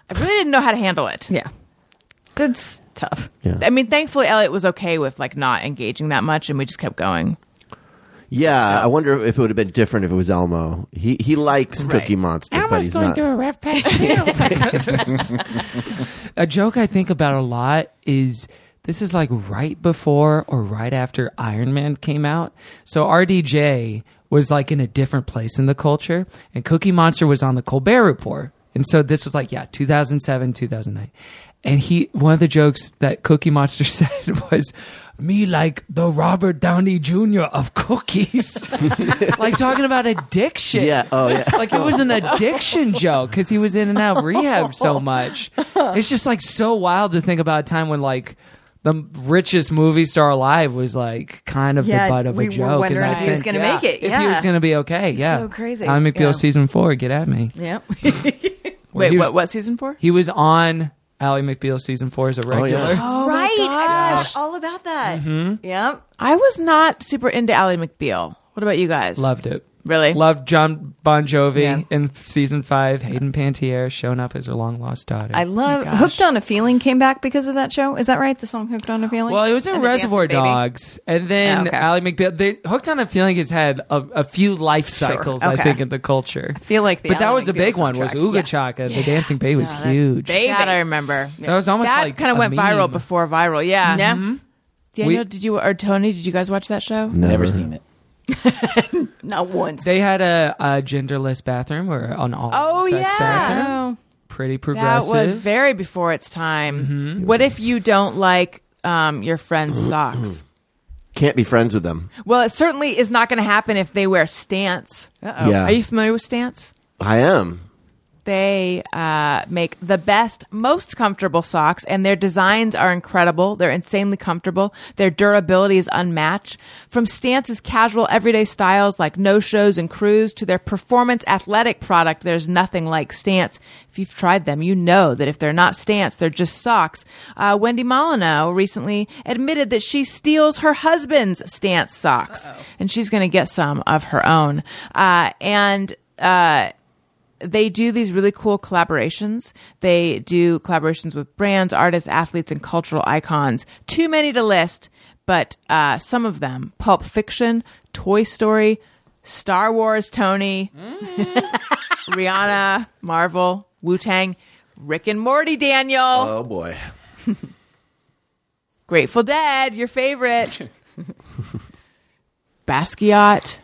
Speaker 3: I really didn't know how to handle it.
Speaker 6: Yeah. That's tough.
Speaker 3: I mean, thankfully Elliot was okay with like not engaging that much, and we just kept going.
Speaker 1: Yeah, I wonder if it would have been different if it was Elmo. He he likes
Speaker 3: Right.
Speaker 1: Cookie Monster, but he's not.
Speaker 4: a rough patch a joke I think about a lot is this is like right before or right after Iron Man came out. So RDJ was like in a different place in the culture, and Cookie Monster was on the Colbert Report. And so this was like, yeah, 2007, 2009. And he, one of the jokes that Cookie Monster said was, me like the Robert Downey Jr. of cookies. like talking about addiction
Speaker 1: Yeah, oh, yeah.
Speaker 4: like it was an addiction joke because he was in and out of rehab so much. It's just like so wild to think about a time when like the richest movie star alive was like kind of
Speaker 6: Yeah,
Speaker 4: the butt of
Speaker 6: we
Speaker 4: a
Speaker 6: were
Speaker 4: joke. in
Speaker 6: wondering
Speaker 4: that
Speaker 6: if he was
Speaker 4: sense.
Speaker 6: gonna make it,
Speaker 4: If he
Speaker 6: yeah.
Speaker 4: was going to be okay. Yeah.
Speaker 6: so crazy,
Speaker 4: I'm McBeal
Speaker 6: yeah.
Speaker 4: season four. Get at me.
Speaker 6: Yep.
Speaker 4: Where
Speaker 3: Wait,
Speaker 4: he was,
Speaker 3: what what season four?
Speaker 4: He was on Ally McBeal season four as a regular.
Speaker 6: right. I forgot all about that.
Speaker 1: Mm-hmm.
Speaker 6: Yep.
Speaker 3: I was not super into Ally McBeal. What about you guys?
Speaker 4: Loved it.
Speaker 3: Really?
Speaker 4: Loved John Bon Jovi
Speaker 3: Yeah.
Speaker 4: in season five. Hayden Pantier showing up as her long lost daughter.
Speaker 6: I love Hooked on a Feeling came back because of that show. Is that right? The song Hooked on a Feeling?
Speaker 4: Well, it was in
Speaker 6: And the
Speaker 4: Reservoir
Speaker 6: Dancing Baby?
Speaker 4: Dogs, and then
Speaker 6: Oh, okay.
Speaker 4: Ally McBeal. They, Hooked on a Feeling has had a, a few life cycles, I
Speaker 6: Okay.
Speaker 4: think, in the culture.
Speaker 6: feel like the
Speaker 4: but that
Speaker 6: Ally
Speaker 4: was a
Speaker 6: McBeal
Speaker 4: big one. Was
Speaker 6: soundtrack.
Speaker 4: Uga
Speaker 6: Yeah.
Speaker 4: Chaka? The Dancing Baby was huge.
Speaker 6: baby.
Speaker 3: That I remember.
Speaker 4: That was almost
Speaker 3: that
Speaker 4: like
Speaker 3: kind of
Speaker 4: a
Speaker 3: went
Speaker 4: meme.
Speaker 3: viral before viral. Yeah. Mm-hmm.
Speaker 6: Yeah.
Speaker 3: Daniel,
Speaker 4: We-
Speaker 3: did you or Tony? Did you guys watch that show?
Speaker 5: Never seen it.
Speaker 6: Not once.
Speaker 4: They had a, a genderless bathroom or an all
Speaker 3: Oh,
Speaker 4: sex
Speaker 3: yeah.
Speaker 4: bathroom.
Speaker 6: oh.
Speaker 4: Pretty
Speaker 3: That
Speaker 4: progressive.
Speaker 3: was very before its time. What if you don't like um, your friend's socks?
Speaker 1: Can't be friends with them.
Speaker 3: Well, it certainly is not going to happen if they wear stance. Uh-oh.
Speaker 1: Yeah.
Speaker 3: Are you familiar with stance?
Speaker 1: I am.
Speaker 3: They uh, make the best, most comfortable socks, and their designs are incredible. They're insanely comfortable. Their durability is unmatched. From Stance's casual everyday styles like no shows and crews to their performance athletic product, there's nothing like Stance. If you've tried them, you know that if they're not Stance, they're just socks. Uh, Wendy Molyneux recently admitted that she steals her husband's Stance socks, and she's going to get some of her own. Uh, and uh, they do these really cool collaborations. They do collaborations with brands, artists, athletes, and cultural icons. Too many to list, but uh, some of them Pulp Fiction, Toy Story, Star Wars, Tony, Rihanna, Marvel, Wu Tang, Rick and Morty, Daniel,
Speaker 1: Oh boy.
Speaker 3: Grateful Dead, your favorite, Basquiat.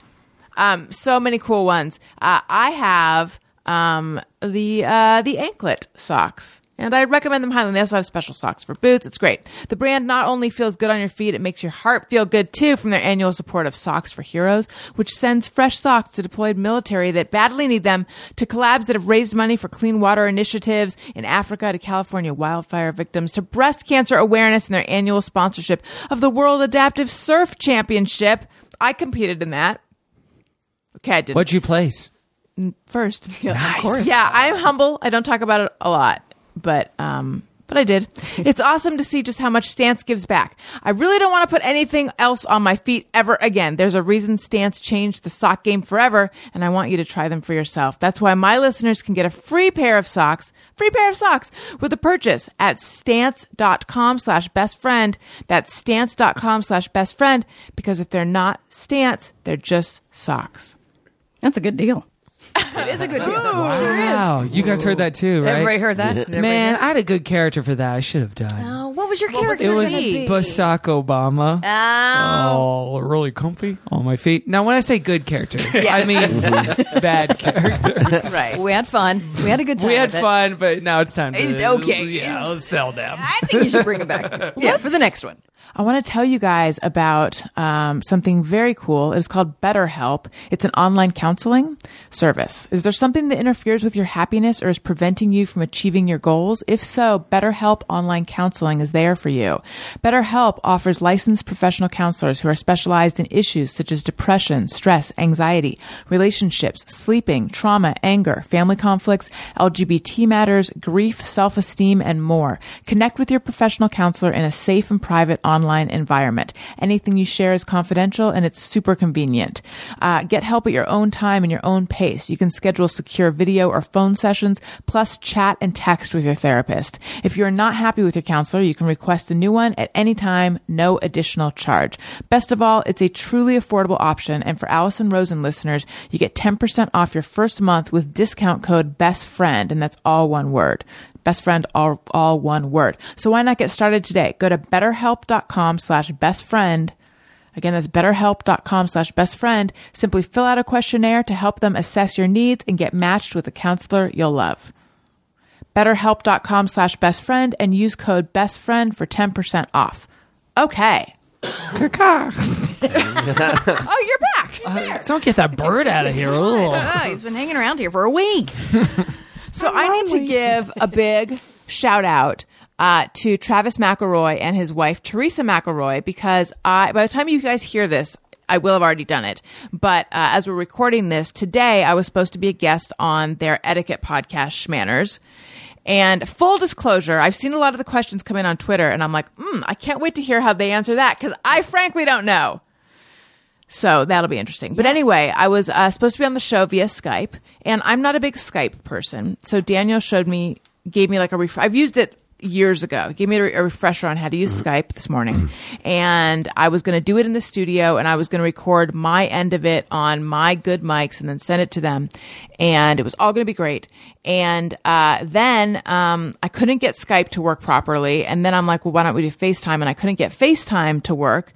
Speaker 3: Um, so many cool ones. Uh, I have um, the uh, the anklet socks, and I recommend them highly. They also have special socks for boots. It's great. The brand not only feels good on your feet, it makes your heart feel good too. From their annual support of Socks for Heroes, which sends fresh socks to deployed military that badly need them, to collabs that have raised money for clean water initiatives in Africa, to California wildfire victims, to breast cancer awareness, and their annual sponsorship of the World Adaptive Surf Championship. I competed in that. Okay, I did
Speaker 4: What'd you place?
Speaker 3: first.
Speaker 6: Of course.
Speaker 3: Yeah, I'm humble. I don't talk about it a lot, but um, but I did. It's awesome to see just how much Stance gives back. I really don't want to put anything else on my feet ever again. There's a reason Stance changed the sock game forever, and I want you to try them for yourself. That's why my listeners can get a free pair of socks, free pair of socks with a purchase at stance.com slash best friend. That's stance.com slash best friend, because if they're not Stance, they're just socks.
Speaker 6: That's a good deal. it is a good deal. Sure is.
Speaker 4: Wow, you guys heard that too, right?
Speaker 6: Everybody heard that? Everybody
Speaker 4: Man,
Speaker 6: heard
Speaker 4: I had a good character for that. I should have done.
Speaker 6: that? Oh, what was your
Speaker 4: it
Speaker 6: character
Speaker 4: was
Speaker 6: gonna be?
Speaker 4: Barack Obama.
Speaker 6: Oh.
Speaker 4: Oh, really comfy on my feet. Now, when I say good character,
Speaker 6: Yeah.
Speaker 4: I mean bad character.
Speaker 6: Right. We had fun. We had a good time.
Speaker 4: We had
Speaker 6: with it.
Speaker 4: fun, but now it's time.
Speaker 6: It's
Speaker 4: To,
Speaker 6: okay.
Speaker 4: Yeah, let's sell them.
Speaker 6: I think you should bring it back. yeah, for the next one.
Speaker 3: I want to tell you guys about um, something very cool. It's called BetterHelp. It's an online counseling service. Is there something that interferes with your happiness or is preventing you from achieving your goals? If so, BetterHelp Online Counseling is there for you. BetterHelp offers licensed professional counselors who are specialized in issues such as depression, stress, anxiety, relationships, sleeping, trauma, anger, family conflicts, LGBT matters, grief, self esteem, and more. Connect with your professional counselor in a safe and private online environment. Anything you share is confidential and it's super convenient. Uh, get help at your own time and your own pace. You can schedule secure video or phone sessions, plus chat and text with your therapist. If you're not happy with your counselor, you can request a new one at any time, no additional charge. Best of all, it's a truly affordable option. And for Allison Rosen listeners, you get 10% off your first month with discount code BESTFRIEND, and that's all one word best friend all, all one word so why not get started today go to betterhelp.com slash best friend again that's betterhelp.com slash best friend simply fill out a questionnaire to help them assess your needs and get matched with a counselor you'll love betterhelp.com slash best friend and use code best friend for 10% off okay oh you're back
Speaker 4: Don't get that bird out of here. Ugh.
Speaker 6: Oh, he's been hanging around here for a week.
Speaker 3: So I need to give a big shout out uh, to Travis McElroy and his wife Teresa McElroy because I, by the time you guys hear this, I will have already done it. But uh, as we're recording this today, I was supposed to be a guest on their etiquette podcast, Schmanners. And full disclosure, I've seen a lot of the questions come in on Twitter, and I'm like, mm, I can't wait to hear how they answer that because I frankly don't know. So that'll be interesting. But anyway, I was uh, supposed to be on the show via Skype, and I'm not a big Skype person. So Daniel showed me, gave me like a ref- I've used it years ago. Gave me a, re- a refresher on how to use Skype this morning, and I was going to do it in the studio, and I was going to record my end of it on my good mics, and then send it to them, and it was all going to be great. And uh, then um, I couldn't get Skype to work properly, and then I'm like, well, why don't we do FaceTime? And I couldn't get FaceTime to work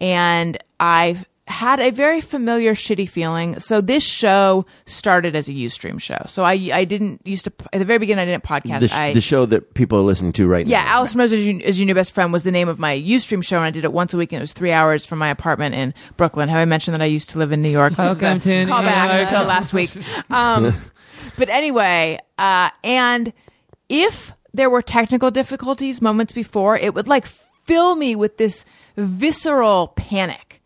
Speaker 3: and I've had a very familiar shitty feeling. So this show started as a Ustream show. So I I didn't used to at the very beginning I didn't podcast.
Speaker 1: The, sh-
Speaker 3: I
Speaker 1: the show that people are listening to right
Speaker 3: yeah,
Speaker 1: now.
Speaker 3: Alice Rose is your, is your new best friend was the name of my UStream show, and I did it once a week, and it was three hours from my apartment in Brooklyn. Have I mentioned that I used to live in New York? This is
Speaker 4: Welcome
Speaker 3: a
Speaker 4: Oh, to New
Speaker 3: callback
Speaker 4: York.
Speaker 3: to last week. Um, but anyway, uh, and if there were technical difficulties moments before, it would like fill me with this visceral panic.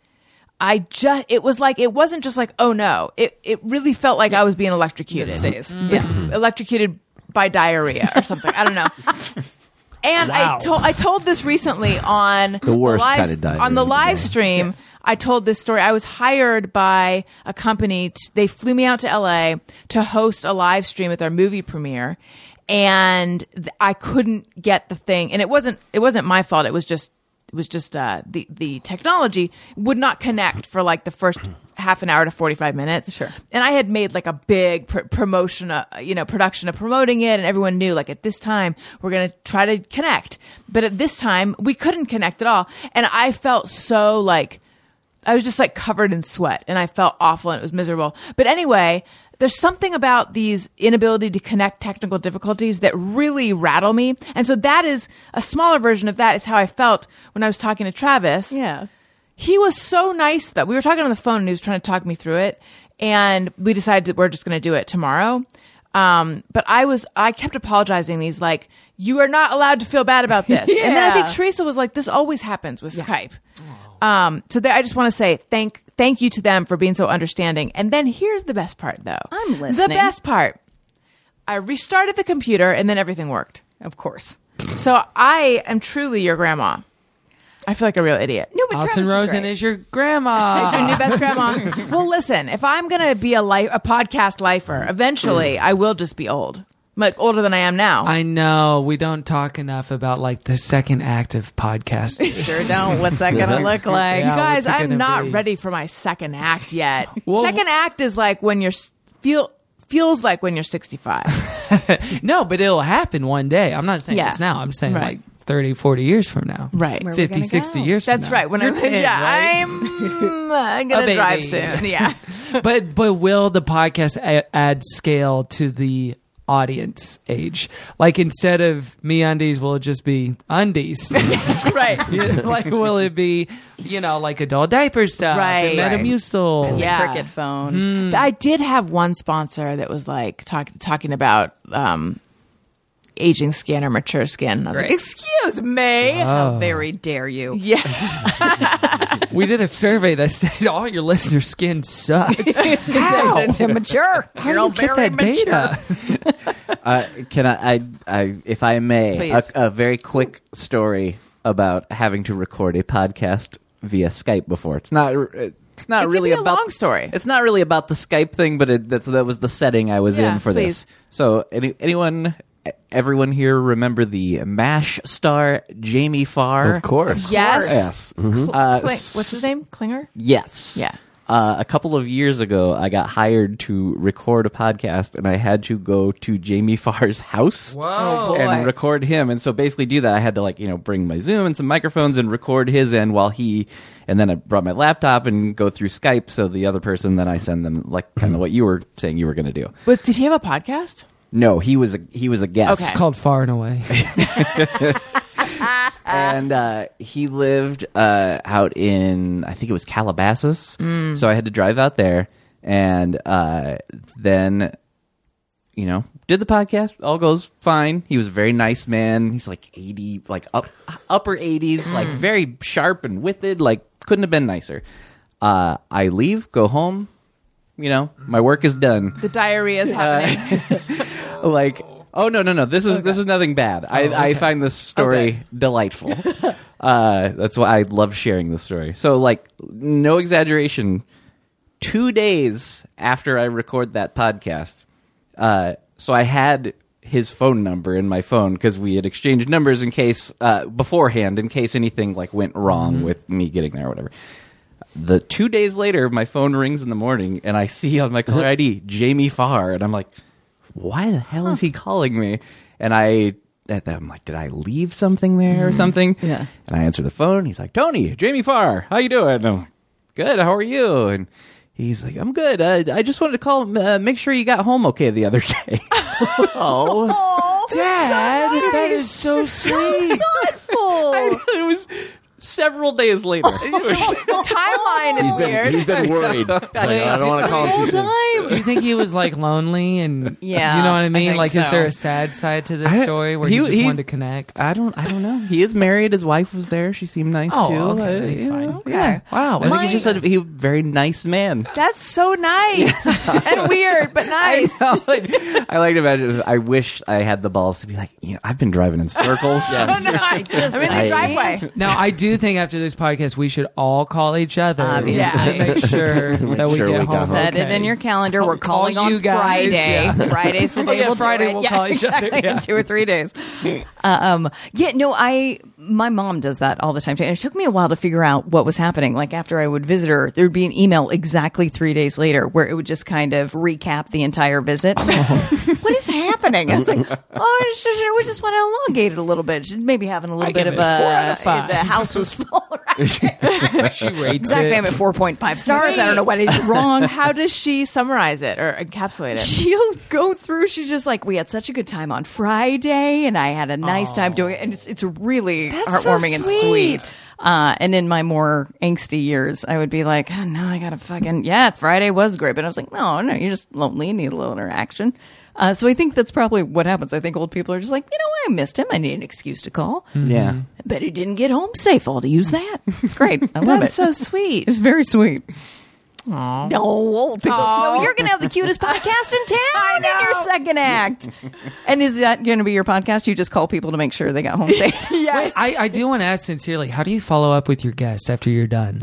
Speaker 3: I just it was like it wasn't just like oh no it it really felt like I was being electrocuted
Speaker 6: Stays. Yeah.
Speaker 3: electrocuted by diarrhea or something. I don't know. And I told I told this recently on the
Speaker 1: worst
Speaker 3: live,
Speaker 1: kind of diarrhea.
Speaker 3: on the live stream. I told this story. I was hired by a company. t they flew me out to LA to host a live stream at their movie premiere, and th- I couldn't get the thing. And it wasn't it wasn't my fault. It was just it was just uh, the the technology would not connect for like the first half an hour to 45 minutes
Speaker 6: Sure.
Speaker 3: and i had made like a big pr- promotion uh, you know production of promoting it and everyone knew like at this time we're going to try to connect but at this time we couldn't connect at all and i felt so like I was just like covered in sweat and I felt awful and it was miserable. But anyway, there's something about these inability to connect technical difficulties that really rattle me. And so that is a smaller version of that is how I felt when I was talking to Travis.
Speaker 6: Yeah.
Speaker 3: He was so nice though. We were talking on the phone and he was trying to talk me through it and we decided we're just going to do it tomorrow. Um, but I was, I kept apologizing. He's like, you are not allowed to feel bad about this. And then I think
Speaker 6: Yeah.
Speaker 3: Teresa was like, this always happens with Skype. Um, so there, I just want to say thank thank you to them for being so understanding. And then here's the best part, though.
Speaker 6: I'm
Speaker 3: The
Speaker 6: listening.
Speaker 3: best part. I restarted the computer, and then everything worked.
Speaker 6: Of course.
Speaker 3: So I am truly your grandma. I feel like a real idiot.
Speaker 6: No, but
Speaker 4: Allison
Speaker 6: Travis
Speaker 4: Rosen
Speaker 6: right.
Speaker 4: is your grandma.
Speaker 3: It's your new best grandma. well, listen, if I'm gonna be a life, a podcast lifer, eventually I will just be old, like older than I am now.
Speaker 4: I know we don't talk enough about like the second act of podcasting.
Speaker 6: Sure don't. What's that gonna look like?
Speaker 3: you
Speaker 4: Yeah,
Speaker 3: guys,
Speaker 4: what's it
Speaker 3: I'm
Speaker 4: gonna
Speaker 3: not
Speaker 4: be?
Speaker 3: ready for my second act yet.
Speaker 4: Well-
Speaker 3: second act is like when you're s- feel feels like when you're 65.
Speaker 4: no, but it'll happen one day. I'm not saying
Speaker 3: Yeah.
Speaker 4: this now. I'm saying
Speaker 3: Right.
Speaker 4: like 30, 40 years from now.
Speaker 3: right.
Speaker 6: Where we
Speaker 4: 50,
Speaker 6: gonna
Speaker 4: 60
Speaker 6: go?
Speaker 4: years from
Speaker 3: That's
Speaker 4: now.
Speaker 3: right. When I'm
Speaker 4: You're 10,
Speaker 3: yeah,
Speaker 4: right?
Speaker 3: I'm I'm gonna
Speaker 4: baby,
Speaker 3: drive soon. Yeah.
Speaker 4: but but will the podcast a- add scale to the audience age? Like instead of me undies, will it just be undies?
Speaker 3: right.
Speaker 4: like will it be you know like adult diaper stuff,
Speaker 3: Right.
Speaker 4: And Metamucil,
Speaker 3: Yeah.
Speaker 6: Cricket phone.
Speaker 4: Mm-hmm.
Speaker 3: I did have one sponsor that was like talk, talking about um, aging skin or mature skin. And I was like,
Speaker 6: Great.
Speaker 3: excuse me.
Speaker 4: Oh.
Speaker 6: How very dare you?
Speaker 3: yeah.
Speaker 4: We did a survey that said all your listeners' skin sucks.
Speaker 6: mature.
Speaker 4: How do you get that data?
Speaker 5: Uh, can I, I, I, if I may, a,
Speaker 3: Please.
Speaker 5: a very quick story about having to record a podcast via Skype before. It's not. It's not
Speaker 3: It could
Speaker 5: really
Speaker 3: be a
Speaker 5: about
Speaker 3: long story.
Speaker 5: It's not really about the Skype thing, but it, that, that was the setting I was
Speaker 3: Yeah,
Speaker 5: in for
Speaker 3: please.
Speaker 5: this. So, any, anyone, e, everyone here, remember the Mash star Jamie Farr?
Speaker 1: Of course. Mm-hmm.
Speaker 3: Yes.
Speaker 5: Yes.
Speaker 3: Cli- what's his name? Klinger?
Speaker 5: Yes.
Speaker 3: Yeah.
Speaker 5: Uh, a couple of years ago, I got hired to record a podcast, and I had to go to Jamie Farr's house
Speaker 4: Oh, Whoa.
Speaker 5: and record him. And so, basically, do that. I had to like you know bring my Zoom and some microphones and record his end while he. And then I brought my laptop and go through Skype. So the other person, then I send them like kind of what you were saying you were going to do.
Speaker 3: But did he have a podcast?
Speaker 5: No, he was a, he was a guest.
Speaker 3: Okay.
Speaker 4: It's called Far and Away.
Speaker 5: and uh, he lived uh, out in I think it was Calabasas. So I had to drive out there, and uh, then you know did the podcast. All goes fine. He was a very nice man. He's like eighty, like up upper eighties, like very sharp and witted. Like couldn't have been nicer. Uh, I leave, go home. You know, my work is done
Speaker 3: The diarrhea is happening.
Speaker 5: like oh no no no this is this is nothing bad I, I find this story
Speaker 3: Okay.
Speaker 5: delightful uh, that's why i love sharing this story so like no exaggeration two days after i record that podcast uh, so i had his phone number in my phone because we had exchanged numbers in case uh, beforehand in case anything like went wrong with me getting there or whatever the two days later, my phone rings in the morning, and I see on my caller ID Jamie Farr, and I'm like, "Why the hell is he calling me?" And I, at that, I'm like, "Did I leave something there or something?"
Speaker 6: Yeah.
Speaker 5: And I answer the phone. He's like, "Tony, Jamie Farr, how you doing?" I'm like, "Good. How are you?" And he's like, "I'm good. Uh, I just wanted to call, uh, make sure you got home okay the other day." oh,
Speaker 4: Dad, that is so sweet.
Speaker 3: Oh.
Speaker 5: it was several days later.
Speaker 3: the timeline is
Speaker 1: He's been,
Speaker 3: weird.
Speaker 1: he's been worried. He's like, I don't want to call him. She's in-
Speaker 4: Do you think he was like lonely and
Speaker 6: Yeah,
Speaker 4: you know what I
Speaker 6: I
Speaker 4: mean?
Speaker 6: think
Speaker 4: like, is
Speaker 6: so.
Speaker 4: there a sad side to this
Speaker 5: I-
Speaker 4: story where
Speaker 5: he-
Speaker 4: you just
Speaker 5: he's-
Speaker 4: wanted to connect?
Speaker 5: I don't. I don't know. He is married. His wife was there. She seemed nice
Speaker 4: Oh,
Speaker 5: too.
Speaker 4: okay,
Speaker 5: Uh,
Speaker 4: then he's
Speaker 5: yeah.
Speaker 4: fine.
Speaker 6: Yeah.
Speaker 4: wow,
Speaker 5: I think he's just a he, very nice man.
Speaker 3: That's so nice and weird, but nice.
Speaker 5: I like to imagine. I wish I had the balls to be like, you know, I've been driving in circles.
Speaker 3: Oh, no, I am in the
Speaker 5: I-
Speaker 3: driveway.
Speaker 4: Now, I do think after this podcast, we should all call each other
Speaker 6: Obviously.
Speaker 4: just to make sure that we
Speaker 5: sure
Speaker 4: get
Speaker 5: we got
Speaker 4: home.
Speaker 5: home.
Speaker 6: Set it
Speaker 4: okay.
Speaker 6: in your calendar. We're
Speaker 4: Call
Speaker 6: calling
Speaker 4: you
Speaker 6: on
Speaker 4: guys,
Speaker 6: Friday.
Speaker 4: yeah.
Speaker 6: Friday's the
Speaker 4: Oh,
Speaker 6: day
Speaker 4: yeah,
Speaker 6: we'll do
Speaker 4: Friday
Speaker 6: it.
Speaker 4: we'll
Speaker 6: yeah,
Speaker 4: call each other,
Speaker 6: exactly,
Speaker 4: yeah.
Speaker 6: In two or three days. Uh, um, yeah, no, I my mom does that all the time too, and it took me a while to figure out what was happening. Like after I would visit her, there would be an email exactly three days later where it would just kind of recap the entire visit. what is happening? I was like, oh, it's just, we just want to elongate it a little bit. She's maybe having a little bit
Speaker 4: give
Speaker 6: of
Speaker 4: it a four out
Speaker 6: a
Speaker 4: of five.
Speaker 6: the house was full. Right?
Speaker 4: She rates
Speaker 6: exactly, I'm
Speaker 4: it.
Speaker 6: at four point five stars. I don't know what is wrong.
Speaker 3: How does she summarize it or encapsulate it?
Speaker 6: she'll go through. She's just like, we had such a good time on Friday, and I had a nice time doing it, and it's it's really
Speaker 3: That's so sweet.
Speaker 6: heartwarming and sweet. Uh, and in my more angsty years, I would be like, oh, no, I gotta fucking yeah, Friday was great, but I was like, no, no, you're just lonely, and need a little interaction. Uh, so I think that's probably what happens. I think old people are just like, you know, I missed him. I need an excuse to call.
Speaker 5: yeah.
Speaker 6: I bet he didn't get home safe. I'll use that. It's great. I love
Speaker 3: That's
Speaker 6: it.
Speaker 3: so sweet.
Speaker 6: it's very sweet. No, old people. So you're going to have the cutest podcast in town in your second act. And is that going to be your podcast? You just call people to make sure they got home safe. yes.
Speaker 4: I, I do want to ask sincerely, how do you follow up with your guests after you're done?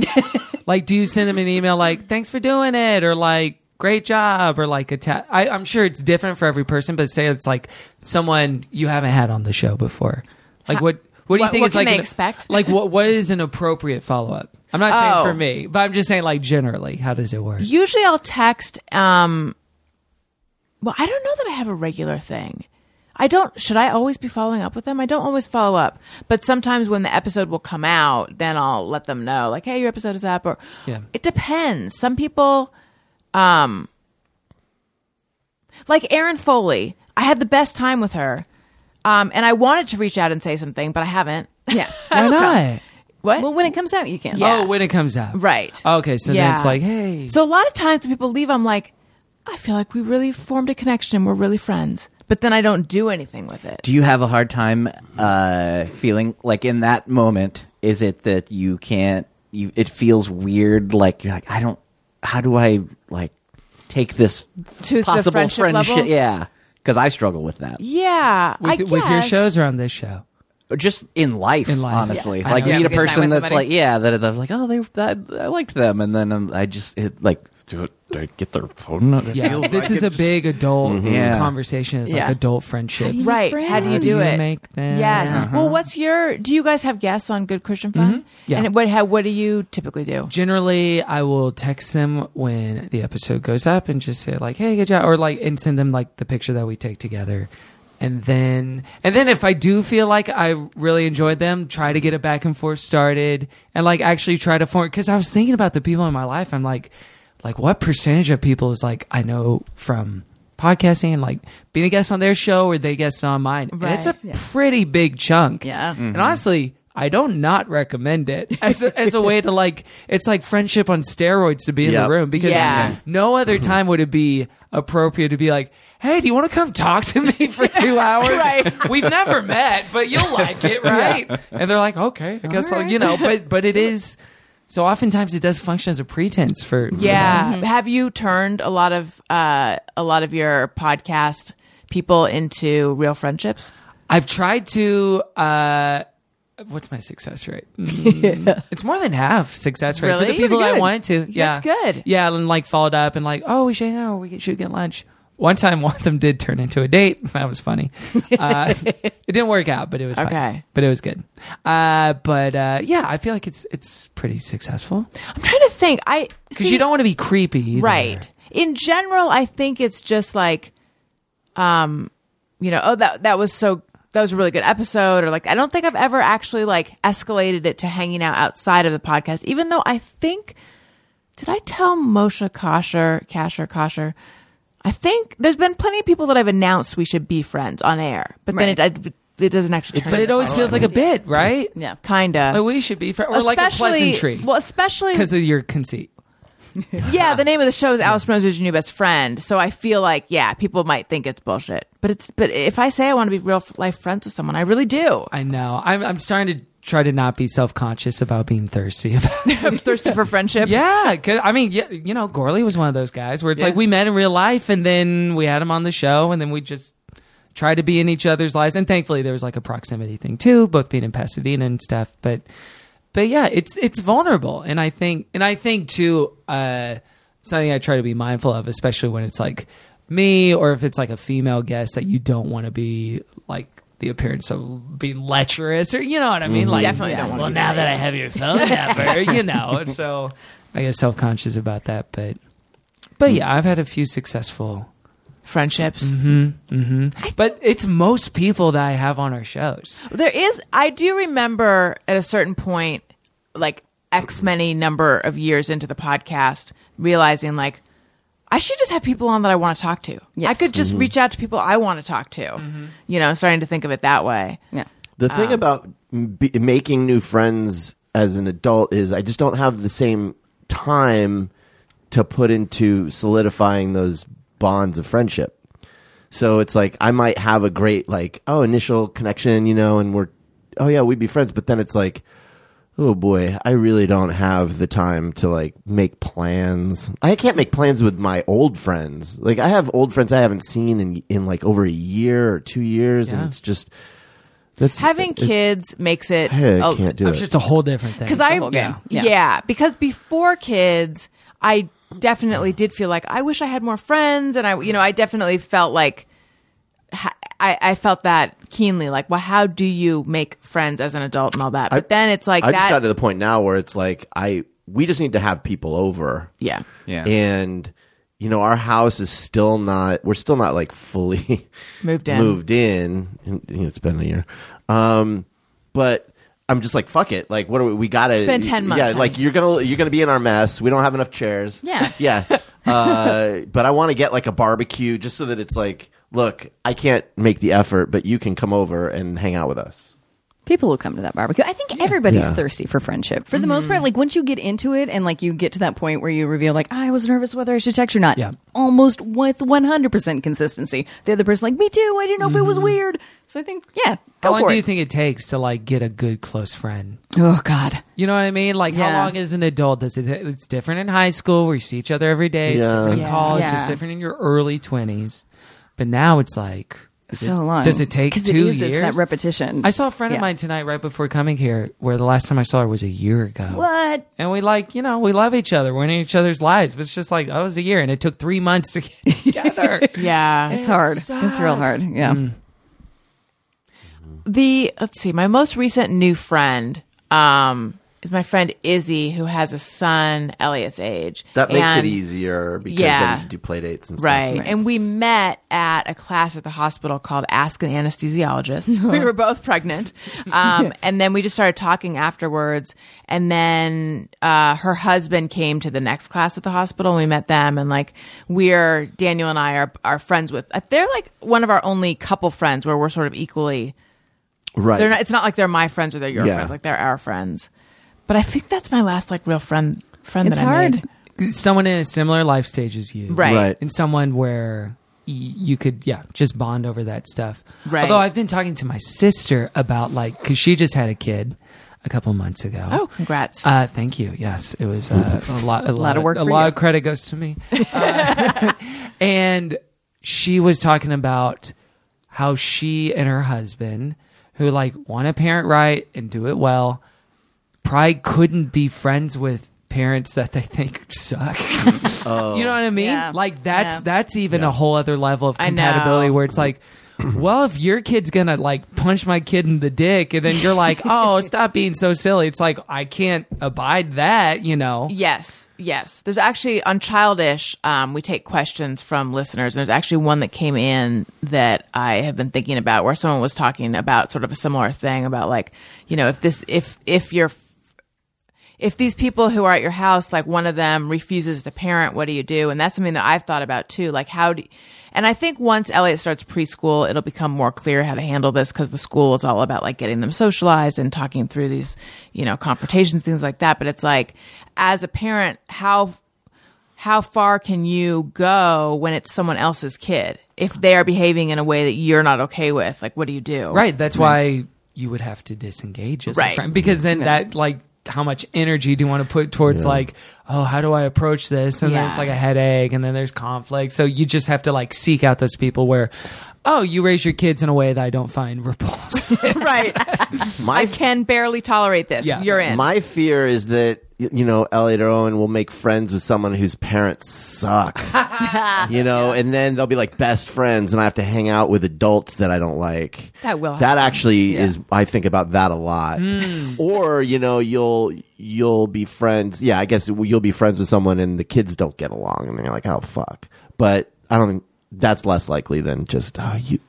Speaker 4: like, do you send them an email like, thanks for doing it? Or like, great job? Or like, a ta- I, I'm sure it's different for every person, but say it's like someone you haven't had on the show before. Like, what, what do you
Speaker 3: What-
Speaker 4: think
Speaker 3: what
Speaker 4: is
Speaker 3: can
Speaker 4: like,
Speaker 3: they
Speaker 4: an-
Speaker 3: expect?
Speaker 4: like what, what is an appropriate follow up? I'm not
Speaker 3: Oh.
Speaker 4: saying for me, but I'm just saying like generally, how does it work?
Speaker 3: Usually I'll text um well, I don't know that I have a regular thing. I don't should I always be following up with them? I don't always follow up. But sometimes when the episode will come out, then I'll let them know like, "Hey, your episode is up." Or
Speaker 4: Yeah.
Speaker 3: it depends. Some people um like Erin Foley. I had the best time with her. Um and I wanted to reach out and say something, but I haven't.
Speaker 6: Yeah.
Speaker 4: Why not?
Speaker 3: What?
Speaker 6: Well, when it comes out, you can.
Speaker 3: Yeah.
Speaker 4: Oh, when it comes out.
Speaker 3: Right.
Speaker 4: Okay, so then
Speaker 3: Yeah.
Speaker 4: it's like, hey.
Speaker 3: So a lot of times when people leave, I'm like, I feel like we really formed a connection. We're really friends. But then I don't do anything with it.
Speaker 7: Do you have a hard time uh, feeling like in that moment? Is it that you can't? You, it feels weird. Like you're like I don't. How do I like take this
Speaker 3: To the
Speaker 7: possible
Speaker 3: friendship
Speaker 7: friendship?
Speaker 3: level?
Speaker 7: Yeah, because I struggle with that.
Speaker 3: Yeah, I
Speaker 4: with, with your
Speaker 3: guess.
Speaker 4: shows or on this show?
Speaker 7: Just in life,
Speaker 4: In life.
Speaker 7: honestly.
Speaker 4: Yeah. I
Speaker 7: Like
Speaker 4: know.
Speaker 7: you
Speaker 4: Yeah,
Speaker 7: meet a
Speaker 6: have a good time
Speaker 7: person
Speaker 6: with
Speaker 7: that's
Speaker 6: somebody.
Speaker 7: like, yeah, that, that was like, oh, they, that, I liked them, and then um, I just it, like, do, do I get their phone? number?
Speaker 4: Yeah, this is a big adult
Speaker 7: Yeah.
Speaker 4: conversation. It's
Speaker 3: Yeah.
Speaker 4: like adult friendships.
Speaker 3: Right? How do you do it?
Speaker 4: Make them. Uh-huh.
Speaker 3: Yes. Well, what's your? Do you guys have guests on Good Christian Fun?
Speaker 4: Mm-hmm. Yeah.
Speaker 3: And what? How? What do you typically do?
Speaker 4: Generally, I will text them when the episode goes up and just say like, "Hey, good job," or like, and send them like the picture that we take together. And then, and then if I do feel like I really enjoyed them, try to get a back and forth started, and like actually try to form. Because I was thinking about the people in my life. I'm like, like what percentage of people is like I know from podcasting and like being a guest on their show or they guest on mine. And it's a
Speaker 3: Right.
Speaker 4: pretty big chunk.
Speaker 6: Yeah.
Speaker 4: And honestly, I don't not recommend it as a, as a way to like, it's like friendship on steroids to be in
Speaker 1: Yep.
Speaker 4: the room because
Speaker 3: Yeah.
Speaker 4: no other time would it be appropriate to be like, hey, do you want to come talk to me for two hours?
Speaker 3: Right.
Speaker 4: We've never met, but you'll like it, right? And they're like, okay, I guess I'll, you know, but, but it is. So oftentimes it does function as a pretense for for
Speaker 3: Yeah. Have you turned a lot of uh, a lot of your podcast people into real friendships?
Speaker 4: I've tried to. Uh, what's my success rate? Mm, it's more than half success rate for
Speaker 3: Really?
Speaker 4: the people
Speaker 3: Pretty
Speaker 4: I
Speaker 3: good.
Speaker 4: wanted to. Yeah,
Speaker 3: That's good.
Speaker 4: Yeah, and like followed up and like, oh, we should hang out. We should get lunch. One time, one of them did turn into a date. That was funny. Uh, it didn't work out, but it was fine.
Speaker 3: Okay.
Speaker 4: But it was good. Uh, but uh, yeah, I feel like it's it's pretty successful
Speaker 3: I'm trying to think. I
Speaker 4: because
Speaker 3: see-
Speaker 4: you don't want to be creepy, either.
Speaker 3: Right. In general, I think it's just like, um, you know, oh that that was so that was a really good episode, or like I don't think I've ever actually like escalated it to hanging out outside of the podcast, even though I think did I tell Moshe Kosher, Kasher, Kosher? I think there's been plenty of people that I've announced we should be friends on air, but then it I, it doesn't actually. Turn
Speaker 4: But it always feels like a bit, right?
Speaker 6: Yeah.
Speaker 3: kinda.
Speaker 4: Like we should be, fr- or like a pleasantry
Speaker 3: Well, especially
Speaker 4: because of your conceit.
Speaker 3: yeah, the name of the show is Alice Rose is your new best friend. So I feel like, yeah, people might think it's bullshit, but it's but if I say I want to be real f- life friends with someone, I really do.
Speaker 4: I know. I'm, I'm starting to try to not be self conscious about being thirsty. About
Speaker 3: I'm thirsty for friendship.
Speaker 4: yeah, 'cause, I mean, yeah, you know, Gorley was one of those guys where it's like we met in real life and then we had him on the show and then we just tried to be in each other's lives. And thankfully, there was like a proximity thing too, both being in Pasadena and stuff. But but yeah, it's it's vulnerable, and I think and I think too. Uh, something I try to be mindful of, especially when it's like me or if it's like a female guest that you don't want to be like the appearance of being lecherous or you know what I
Speaker 6: Mm-hmm.
Speaker 4: mean. Like
Speaker 3: Definitely don't wanna
Speaker 4: Well,
Speaker 3: be
Speaker 4: now that I have your phone number, you know, and so I get self conscious about that, but. But yeah, I've had a few successful
Speaker 3: Friendships.
Speaker 4: but it's most people that I have on our shows.
Speaker 3: There is I do remember at a certain point like X many number of years into the podcast realizing like I should just have people on that I want to talk to.
Speaker 6: Yes.
Speaker 3: I could just reach out to people I want to talk to. You know, starting to think of it that way.
Speaker 6: Yeah.
Speaker 1: The thing about b- making new friends as an adult is I just don't have the same time to put into solidifying those bonds of friendship. So it's like I might have a great like oh initial connection, you know, and we're oh yeah, we'd be friends, but then it's like oh boy, I really don't have the time to like make plans. I can't make plans with my old friends. Like I have old friends I haven't seen in in like over a year or two years, and
Speaker 4: Yeah.
Speaker 1: it's just that's
Speaker 3: Having
Speaker 1: it-
Speaker 3: kids makes it.
Speaker 1: I
Speaker 3: oh,
Speaker 1: can't do
Speaker 4: I'm
Speaker 1: it.
Speaker 4: sure it's a whole different thing.
Speaker 3: because I
Speaker 6: whole
Speaker 3: yeah.
Speaker 6: game.
Speaker 3: yeah
Speaker 6: Yeah.
Speaker 3: because before kids I definitely did feel like I wish I had more friends and I you know I definitely felt like ha- I, I felt that keenly like well how do you make friends as an adult and all that but then it's like
Speaker 1: I
Speaker 3: that
Speaker 1: just got to the point now where it's like I we just need to have people over.
Speaker 3: yeah
Speaker 5: Yeah.
Speaker 1: And you know, our house is still not we're still not like fully
Speaker 3: Moved in.
Speaker 1: Moved in. And, you know, it's been a year. Um but I'm just like fuck it. Like what do we we got to
Speaker 3: been 10 months,
Speaker 1: Yeah, like
Speaker 3: honey.
Speaker 1: you're going to you're going to be in our mess. We don't have enough chairs.
Speaker 6: Yeah.
Speaker 1: Yeah. Uh but I want to get like a barbecue just so that it's like look, I can't make the effort, but you can come over and hang out with us.
Speaker 6: people who come to that barbecue. I think everybody's
Speaker 1: Yeah.
Speaker 6: thirsty for friendship for the
Speaker 4: Mm-hmm.
Speaker 6: most part. Like once you get into it and like you get to that point where you reveal like I was nervous whether I should text or not.
Speaker 4: Yeah.
Speaker 6: Almost with 100% consistency. The other person like me too. I didn't know if it was weird. So I think yeah,
Speaker 4: How
Speaker 6: go
Speaker 4: long Mm-hmm.
Speaker 6: for
Speaker 4: Oh, do
Speaker 6: it.
Speaker 4: you think it takes to like get a good close friend?
Speaker 6: oh god.
Speaker 4: You know what I mean? Like
Speaker 6: Yeah.
Speaker 4: how long is an adult? Does it? It's different in high school where you see each other every day. It's
Speaker 1: Yeah.
Speaker 4: different in
Speaker 1: Yeah.
Speaker 4: college.
Speaker 6: Yeah.
Speaker 4: It's different in your early twenties. But now it's like is it-
Speaker 6: So long.
Speaker 4: Does it take
Speaker 6: 'Cause
Speaker 4: two
Speaker 6: it is,
Speaker 4: years?
Speaker 6: It's that repetition.
Speaker 4: I saw a friend
Speaker 6: Yeah.
Speaker 4: of mine tonight right before coming here, where the last time I saw her was a year ago.
Speaker 6: What?
Speaker 4: And we like, you know, we love each other. We're in each other's lives. But it's just like, oh, it was a year, and it took three months to get together.
Speaker 3: yeah
Speaker 6: It's hard. It's real hard. Yeah.
Speaker 4: Mm.
Speaker 3: the let's see my most recent new friend um is my friend Izzy who has a son Elliot's age
Speaker 1: That makes
Speaker 3: And-
Speaker 1: it easier because
Speaker 3: Yeah.
Speaker 1: then you do play dates and stuff.
Speaker 3: Right. And we met at a class at the hospital called Ask an Anesthesiologist. we were both pregnant. Um, and then we just started talking afterwards. And then uh, her husband came to the next class at the hospital and we met them. And like, we're, Daniel and I are, are friends with, uh, they're like one of our only couple friends where we're sort of equally,
Speaker 1: Right.
Speaker 3: they're not, it's not like they're my friends or they're your
Speaker 1: Yeah.
Speaker 3: friends. Like, they're our friends. But I think that's my last like real friend, friend
Speaker 6: It's
Speaker 3: that I made.
Speaker 6: hard.
Speaker 4: Someone in a similar life stage as you,
Speaker 3: Right.
Speaker 1: Right.
Speaker 4: and someone where y- you could yeah just bond over that stuff
Speaker 3: Right.
Speaker 4: although i've been talking to my sister about like because she just had a kid a couple months ago
Speaker 3: Oh, congrats.
Speaker 4: uh, thank you yes it was uh, a lot a, lot,
Speaker 6: of work
Speaker 4: a
Speaker 6: for
Speaker 4: lot
Speaker 6: you.
Speaker 4: of credit goes to me Uh, and she was talking about how she and her husband who like want to parent right and do it well probably couldn't be friends with parents that they think suck. You know what I mean?
Speaker 6: Yeah.
Speaker 4: Like that's
Speaker 6: Yeah.
Speaker 4: that's even a whole other level of
Speaker 3: I know.
Speaker 4: compatibility where it's like, well, if your kid's gonna like punch my kid in the dick, and then you're like, oh, stop being so silly. It's like I can't abide that. You know?
Speaker 3: Yes, yes. There's actually on Childish, um, we take questions from listeners, and there's actually one that came in that I have been thinking about, where someone was talking about sort of a similar thing about like, you know, if this, if if you're, if these people who are at your house, like one of them refuses to parent, what do you do? And that's something that I've thought about too. Like how do, and I think once Elliot starts preschool, it'll become more clear how to handle this because the school is all about like getting them socialized and talking through these, you know, confrontations, things like that. But it's like, as a parent, how how far can you go when it's someone else's kid if they are behaving in a way that you're not okay with like what do you do
Speaker 4: Right. That's why you would have to disengage as
Speaker 3: Right.
Speaker 4: a friend because then that like how much energy do you want to put towards like oh how do I approach this and then
Speaker 3: Yeah.
Speaker 4: it's like a headache and then there's conflict so you just have to like seek out those people where oh you raise your kids in a way that I don't find repulsive
Speaker 3: right
Speaker 1: my
Speaker 3: i can barely tolerate this
Speaker 4: Yeah.
Speaker 3: you're in
Speaker 1: My fear is that y- you know Elliot or Owen will make friends with someone whose parents suck, you know, and then they'll be like best friends, and I have to hang out with adults that I don't like.
Speaker 3: That will
Speaker 1: That
Speaker 3: happen.
Speaker 1: actually is. I think about that a lot. Or you know, you'll you'll be friends. Yeah, I guess you'll be friends with someone, and the kids don't get along, and then you're like, oh fuck. But I don't. think That's less likely than just oh, you.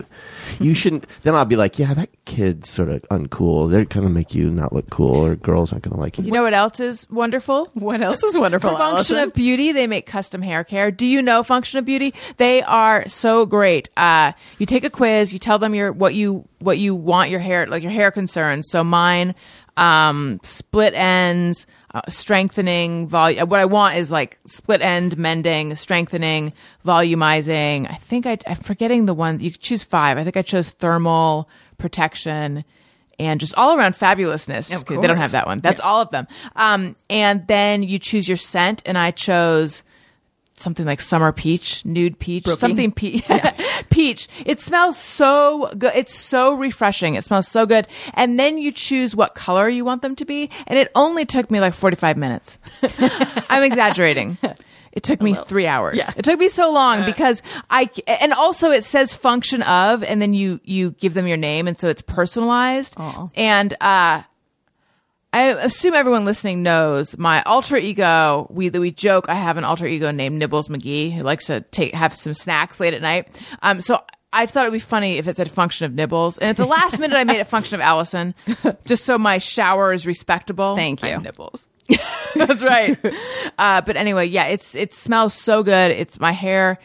Speaker 1: You shouldn't. Then I'll be like, yeah, that kid's sort of uncool. They're gonna make you not look cool, or girls aren't gonna like you.
Speaker 3: you know what else is wonderful
Speaker 6: What else is wonderful?
Speaker 3: Function
Speaker 6: Allison?
Speaker 3: of Beauty. They make custom hair care. Do you know Function of Beauty? They are so great. Uh, you take a quiz. You tell them your what you what you want your hair like your hair concerns. So mine, um, split ends, uh, strengthening volume. What I want is like split end mending, strengthening, volumizing. I think I, I'm forgetting the one you could choose five. I think I chose thermal protection and just all around fabulousness. Just kidding, they don't
Speaker 6: course.
Speaker 3: have that one. That's all of them. Um, and then you choose your scent, and I chose something like summer peach, nude peach, something pe- peach. It smells so good. It's so refreshing. It smells so good. And then you choose what color you want them to be. And it only took me like 45 minutes. I'm exaggerating. It took me three hours. It took me so long because I, and also it says function of, and then you, you give them your name. And so it's personalized. And, uh, I assume everyone listening knows my alter ego. We we joke I have an alter ego named Nibbles McGee who likes to take have some snacks late at night. Um, so I thought it would be funny if it said function of Nibbles, and at the last minute I made it function of Allison, just so my shower is respectable.
Speaker 6: Thank you.
Speaker 3: I'm Nibbles. That's right. Uh, but anyway, yeah, it's it smells so good. It's my hair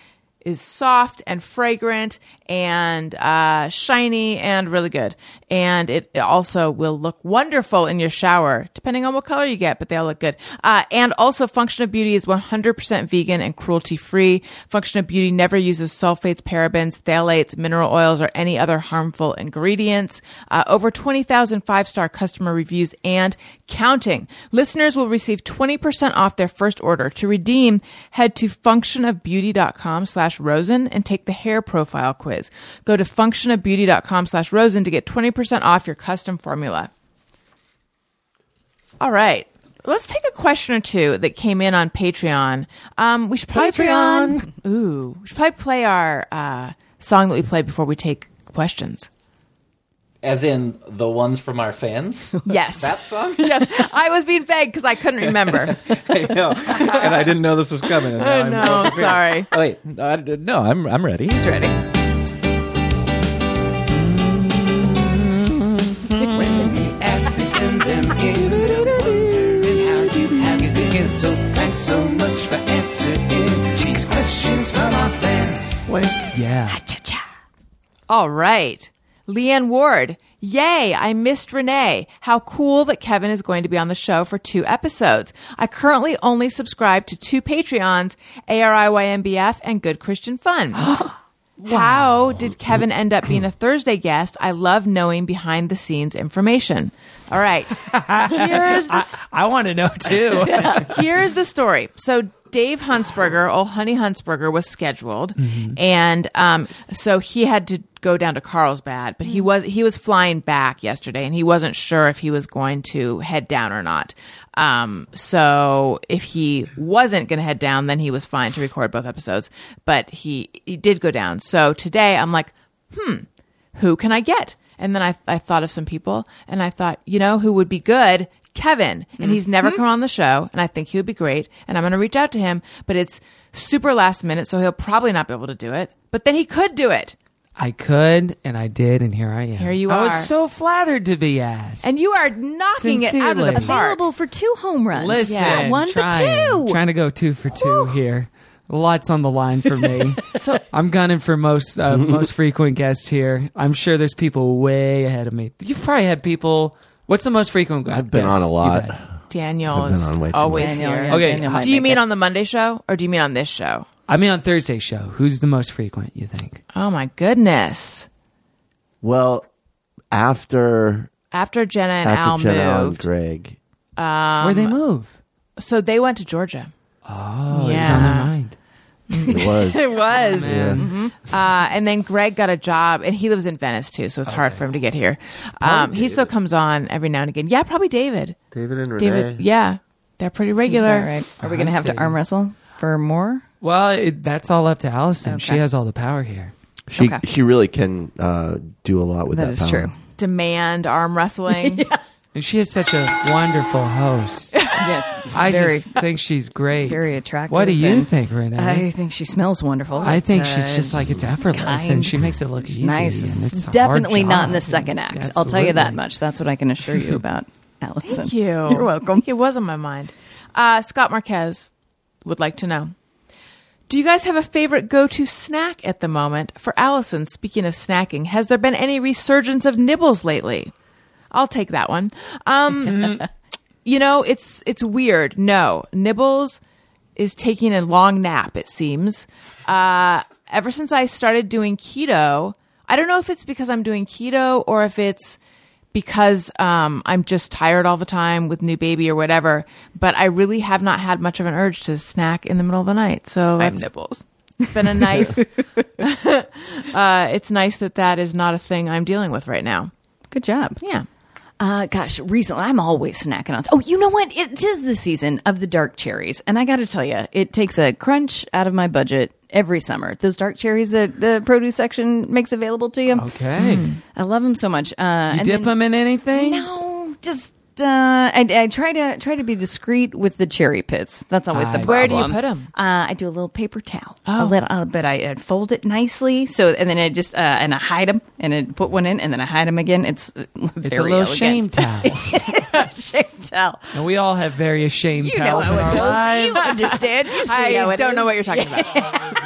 Speaker 3: is soft and fragrant and uh, shiny and really good. And it, it also will look wonderful in your shower, depending on what color you get, but they all look good. Uh, and also, Function of Beauty is 100% vegan and cruelty free. Function of Beauty never uses sulfates, parabens, phthalates, mineral oils, or any other harmful ingredients. Uh, over 20,000 five star customer reviews and counting. Listeners will receive 20% off their first order. To redeem, head to functionofbeauty.com slash rosen and take the hair profile quiz. Go to functionofbeauty.com slash rosen to get 20% off your custom formula. All right. Let's take a question or two that came in on Patreon. Um, we should probably play-
Speaker 4: Patreon.
Speaker 3: Ooh, we should probably play our uh, song that we play before we take questions.
Speaker 5: As in the ones from our fans.
Speaker 3: Yes,
Speaker 5: that song.
Speaker 3: yes. I was being vague because I couldn't remember.
Speaker 5: I know, and I didn't know this was coming. and now I'm-
Speaker 3: no, sorry.
Speaker 5: Oh, wait, no, I, no, I'm I'm ready.
Speaker 6: He's ready.
Speaker 2: We ask this and them in the wondering how you have been. So thanks so much for answering these questions from our fans.
Speaker 4: Yeah.
Speaker 3: All right. Leanne Ward. Yay, I missed Renee. How cool that Kevin is going to be on the show for two episodes. I currently only subscribe to two Patreons, ARIYMBF and Good Christian Fun. How did Kevin end up being a Thursday guest? I love knowing behind the scenes information. All right. Here's the
Speaker 4: I want to know too.
Speaker 3: Here's the story. So Dave Huntsberger, old Honey Huntsberger, was scheduled, and um, so he had to go down to Carlsbad. But he was he was flying back yesterday, and he wasn't sure if he was going to head down or not. Um, so if he wasn't going to head down, then he was fine to record both episodes. But he, he did go down. So today I'm like, who can I get? And then I, I thought of some people and I thought, you know, who would be good? Kevin. And he's never
Speaker 6: Mm-hmm.
Speaker 3: come on the show and I think he would be great. And I'm going to reach out to him, but it's super last minute. So he'll probably not be able to do it, but then he could do it.
Speaker 4: I could, and I did, and here I am.
Speaker 3: Here you
Speaker 4: I
Speaker 3: are.
Speaker 4: was so flattered to be asked.
Speaker 3: And you are knocking it out of the
Speaker 4: Sincerely.
Speaker 3: park.
Speaker 6: Available for two home runs.
Speaker 4: listen,
Speaker 6: Not one
Speaker 4: trying,
Speaker 6: but two.
Speaker 4: trying to go two for two here. Lots on the line for me. so I'm gunning for most uh, most frequent guests here. I'm sure there's people way ahead of me. You've probably had people. What's the most frequent? I've
Speaker 1: been on a lot.
Speaker 3: Daniel
Speaker 1: I've been
Speaker 3: is
Speaker 1: on way too
Speaker 3: always
Speaker 6: Daniel,
Speaker 3: here.
Speaker 6: yeah,
Speaker 4: Okay,
Speaker 6: Daniel might
Speaker 3: Do you
Speaker 6: make
Speaker 3: mean
Speaker 6: it.
Speaker 3: on the Monday show or do you mean on this show?
Speaker 4: I mean, on Thursday's show, who's the most frequent? You think?
Speaker 3: Oh my goodness.
Speaker 1: Well, after
Speaker 3: After Jenna and
Speaker 1: after
Speaker 3: Al
Speaker 1: Jenna and
Speaker 3: moved.
Speaker 1: Greg,
Speaker 4: Where
Speaker 3: Um,
Speaker 4: they move?
Speaker 3: So they went to Georgia.
Speaker 4: Oh, it was on their
Speaker 3: yeah.
Speaker 4: mind.
Speaker 1: it was
Speaker 3: It was.
Speaker 4: Yeah.
Speaker 3: Uh, and then Greg got a job, and he lives in Venice too, so it's hard for him to get here. Um, he still comes on every now and again. Yeah, probably David.
Speaker 1: David and Renee.
Speaker 3: David, yeah, they're pretty
Speaker 6: All
Speaker 3: regular.
Speaker 6: right. Are we going to have to
Speaker 4: see.
Speaker 6: arm wrestle for more?
Speaker 4: Well, it, that's all up to Allison. She
Speaker 6: Okay.
Speaker 4: has all the power here.
Speaker 1: She
Speaker 6: Okay.
Speaker 1: she really can uh, do a lot with that.
Speaker 6: that is
Speaker 1: power.
Speaker 6: true.
Speaker 3: Demand arm wrestling.
Speaker 4: And she is such a wonderful host.
Speaker 6: Yeah.
Speaker 4: I
Speaker 6: very,
Speaker 4: just think she's great.
Speaker 6: very attractive.
Speaker 4: What do you
Speaker 6: and-
Speaker 4: think, Renee?
Speaker 6: I think she smells wonderful.
Speaker 4: I
Speaker 6: It's,
Speaker 4: think
Speaker 6: uh,
Speaker 4: she's just like it's effortless,
Speaker 6: kind.
Speaker 4: and she makes it look easy.
Speaker 6: nice.
Speaker 4: and it's a hard
Speaker 6: Definitely not
Speaker 4: job.
Speaker 6: in the second act. I'll tell you that
Speaker 4: Absolutely.
Speaker 6: much. That's what I can assure you about Allison.
Speaker 3: Thank you.
Speaker 6: You're welcome.
Speaker 3: It was on my mind. Uh, Scott Marquez would like to know. Do you guys have a favorite go to snack at the moment? For Allison, speaking of snacking, has there been any resurgence of nibbles lately? I'll take that one. Um, you know, it's it's weird. No, nibbles is taking a long nap. It seems. Uh, ever since I started doing keto, I don't know if it's because I'm doing keto or if it's because um, I'm just tired all the time with new baby or whatever. But I really have not had much of an urge to snack in the middle of the night. So I have nipples. It's been a nice. uh, it's nice that that is not a thing I'm dealing with right now.
Speaker 6: Good job.
Speaker 3: Yeah.
Speaker 6: Uh, gosh, recently I'm always snacking on. Oh, you know what? It is the season of the dark cherries, and I got to tell you, it takes a crunch out of my budget every summer. Those dark cherries that the produce section makes available to you,
Speaker 4: Okay.
Speaker 6: I love them so much. Uh,
Speaker 4: Oh. You
Speaker 6: Hmm. and
Speaker 4: dip
Speaker 6: then-
Speaker 4: them in anything?
Speaker 6: No, just uh, I, I try to try to be discreet with the cherry pits. That's always the
Speaker 4: I Oh. see.
Speaker 6: problem.
Speaker 3: Where do you put them?
Speaker 6: Uh, I do a little paper towel, a little, uh, but I uh, fold it nicely. So and then I just uh, and I hide them and I put one in and then I hide them again. It's uh, very
Speaker 4: It's a little
Speaker 6: elegant.
Speaker 4: shame towel.
Speaker 6: it's a shame towel.
Speaker 4: and we all have various shame
Speaker 6: You know
Speaker 4: towels
Speaker 6: how
Speaker 4: in
Speaker 6: it
Speaker 4: our
Speaker 6: goes.
Speaker 4: lives.
Speaker 6: You understand? You see
Speaker 3: I
Speaker 6: how it
Speaker 3: don't
Speaker 6: is.
Speaker 3: know what you're talking about.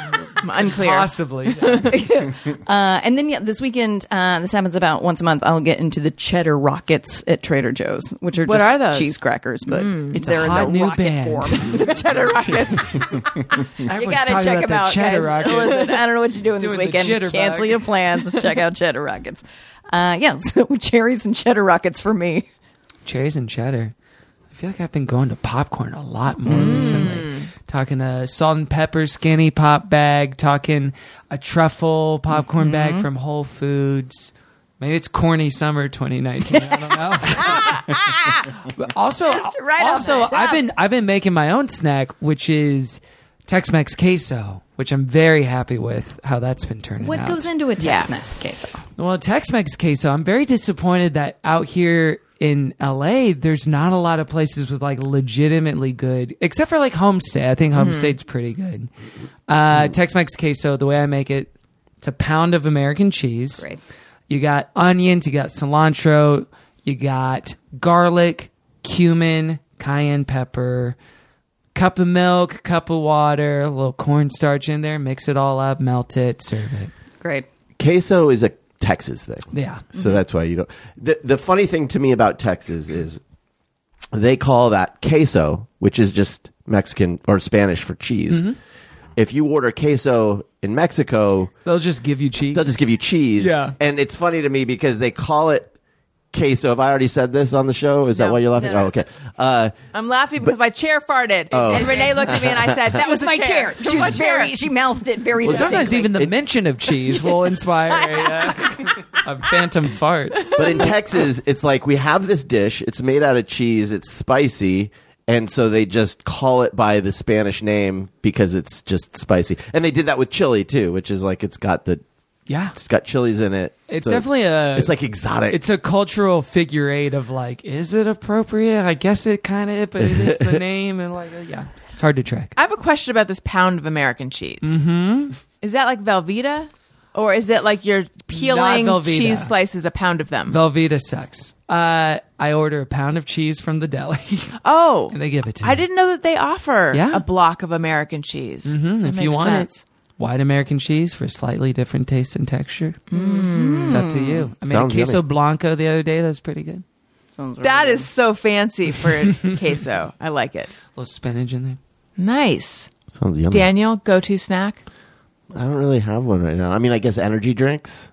Speaker 3: I'm unclear.
Speaker 4: Possibly.
Speaker 6: Uh, and then yeah, this weekend, uh, this happens about once a month. I'll get into the cheddar rockets at Trader Joe's, which are
Speaker 3: What
Speaker 6: just
Speaker 3: are those? Mm.
Speaker 6: cheese crackers, but
Speaker 4: It's a
Speaker 6: they're
Speaker 4: hot
Speaker 6: in the
Speaker 4: new
Speaker 6: rocket
Speaker 4: band.
Speaker 6: form.
Speaker 3: cheddar rockets.
Speaker 4: you
Speaker 6: gotta check
Speaker 4: about
Speaker 6: them out,
Speaker 4: the cheddar
Speaker 6: guys.
Speaker 4: rockets.
Speaker 6: Listen, I don't know what you're doing, this
Speaker 4: Doing the
Speaker 6: weekend.
Speaker 4: jitterbug.
Speaker 6: Cancel your plans. Check out Cheddar Rockets. Uh, yeah, so cherries and Cheddar Rockets for me.
Speaker 4: Cherries and cheddar. I feel like I've been going to popcorn a lot more
Speaker 6: Mm.
Speaker 4: recently. Talking a salt and pepper skinny pop bag, talking a truffle popcorn
Speaker 6: Mm-hmm.
Speaker 4: bag from Whole Foods. Maybe it's corny summer 2019. I don't know. but also,
Speaker 6: right off
Speaker 4: also
Speaker 6: the top.
Speaker 4: I've been I've been making my own snack, which is Tex-Mex queso, which I'm very happy with how that's been turning
Speaker 6: What
Speaker 4: out.
Speaker 6: goes into a Tex-Mex queso?
Speaker 4: Well, Tex-Mex queso. I'm very disappointed that out here in LA, there's not a lot of places with like legitimately good, except for like Homestead. I think Homestead's pretty good. Uh, Tex-Mex queso. The way I make it, it's a pound of American cheese.
Speaker 6: Great.
Speaker 4: You got onions. You got cilantro. You got garlic, cumin, cayenne pepper. Cup of milk, cup of water, a little cornstarch in there, mix it all up, melt it, serve it.
Speaker 6: Great.
Speaker 1: Queso is a Texas thing.
Speaker 4: Yeah.
Speaker 1: So that's why you don't. The, the funny thing to me about Texas is they call that queso, which is just Mexican or Spanish for cheese. If you order queso in Mexico,
Speaker 4: They'll just give you cheese.
Speaker 1: they'll just give you cheese.
Speaker 4: Yeah.
Speaker 1: And it's funny to me because they call it queso. Have I already said this on the show? Is that
Speaker 3: No.
Speaker 1: why you're laughing?
Speaker 3: No, no,
Speaker 1: oh, okay. Uh,
Speaker 3: I'm laughing because my chair farted, and Renee looked at me and I said, "That was
Speaker 6: With
Speaker 3: the
Speaker 6: my chair.
Speaker 3: It
Speaker 6: She
Speaker 3: my
Speaker 6: was very, she mouthed it very
Speaker 4: Well, sometimes
Speaker 6: distinctly.
Speaker 4: even the mention of cheese will inspire a, uh, a phantom fart.
Speaker 1: but in Texas, it's like we have this dish. It's made out of cheese. It's spicy. And so they just call it by the Spanish name because it's just spicy. And they did that with chili too, which is like it's got the
Speaker 4: Yeah,
Speaker 1: it's got chilies in it.
Speaker 4: It's
Speaker 1: So
Speaker 4: definitely a-
Speaker 1: It's like exotic.
Speaker 4: it's a cultural figure eight of like, is it appropriate? I guess it kind of, but it is the name, and like, uh, yeah, it's hard to track.
Speaker 3: I have a question about this pound of American cheese. Mm-hmm. Is that like Velveeta, or is it like you're peeling
Speaker 4: Not Velveeta.
Speaker 3: cheese slices a pound of them?
Speaker 4: Velveeta sucks. Uh, I order a pound of cheese from the deli,
Speaker 3: oh,
Speaker 4: and they give it to me.
Speaker 3: I didn't know that they offer
Speaker 4: Yeah.
Speaker 3: a block of American cheese. Mm-hmm.
Speaker 4: if you want it. White American cheese for slightly different taste and texture. Mm. It's up to you. I made
Speaker 1: Sounds
Speaker 4: a queso
Speaker 1: yummy.
Speaker 4: blanco the other day. That was pretty good.
Speaker 3: That is so fancy for queso. I like it.
Speaker 4: A little spinach in there.
Speaker 3: Nice,
Speaker 1: Sounds yummy.
Speaker 3: Daniel. Go to snack.
Speaker 1: I don't really have one right now. I mean, I guess energy drinks.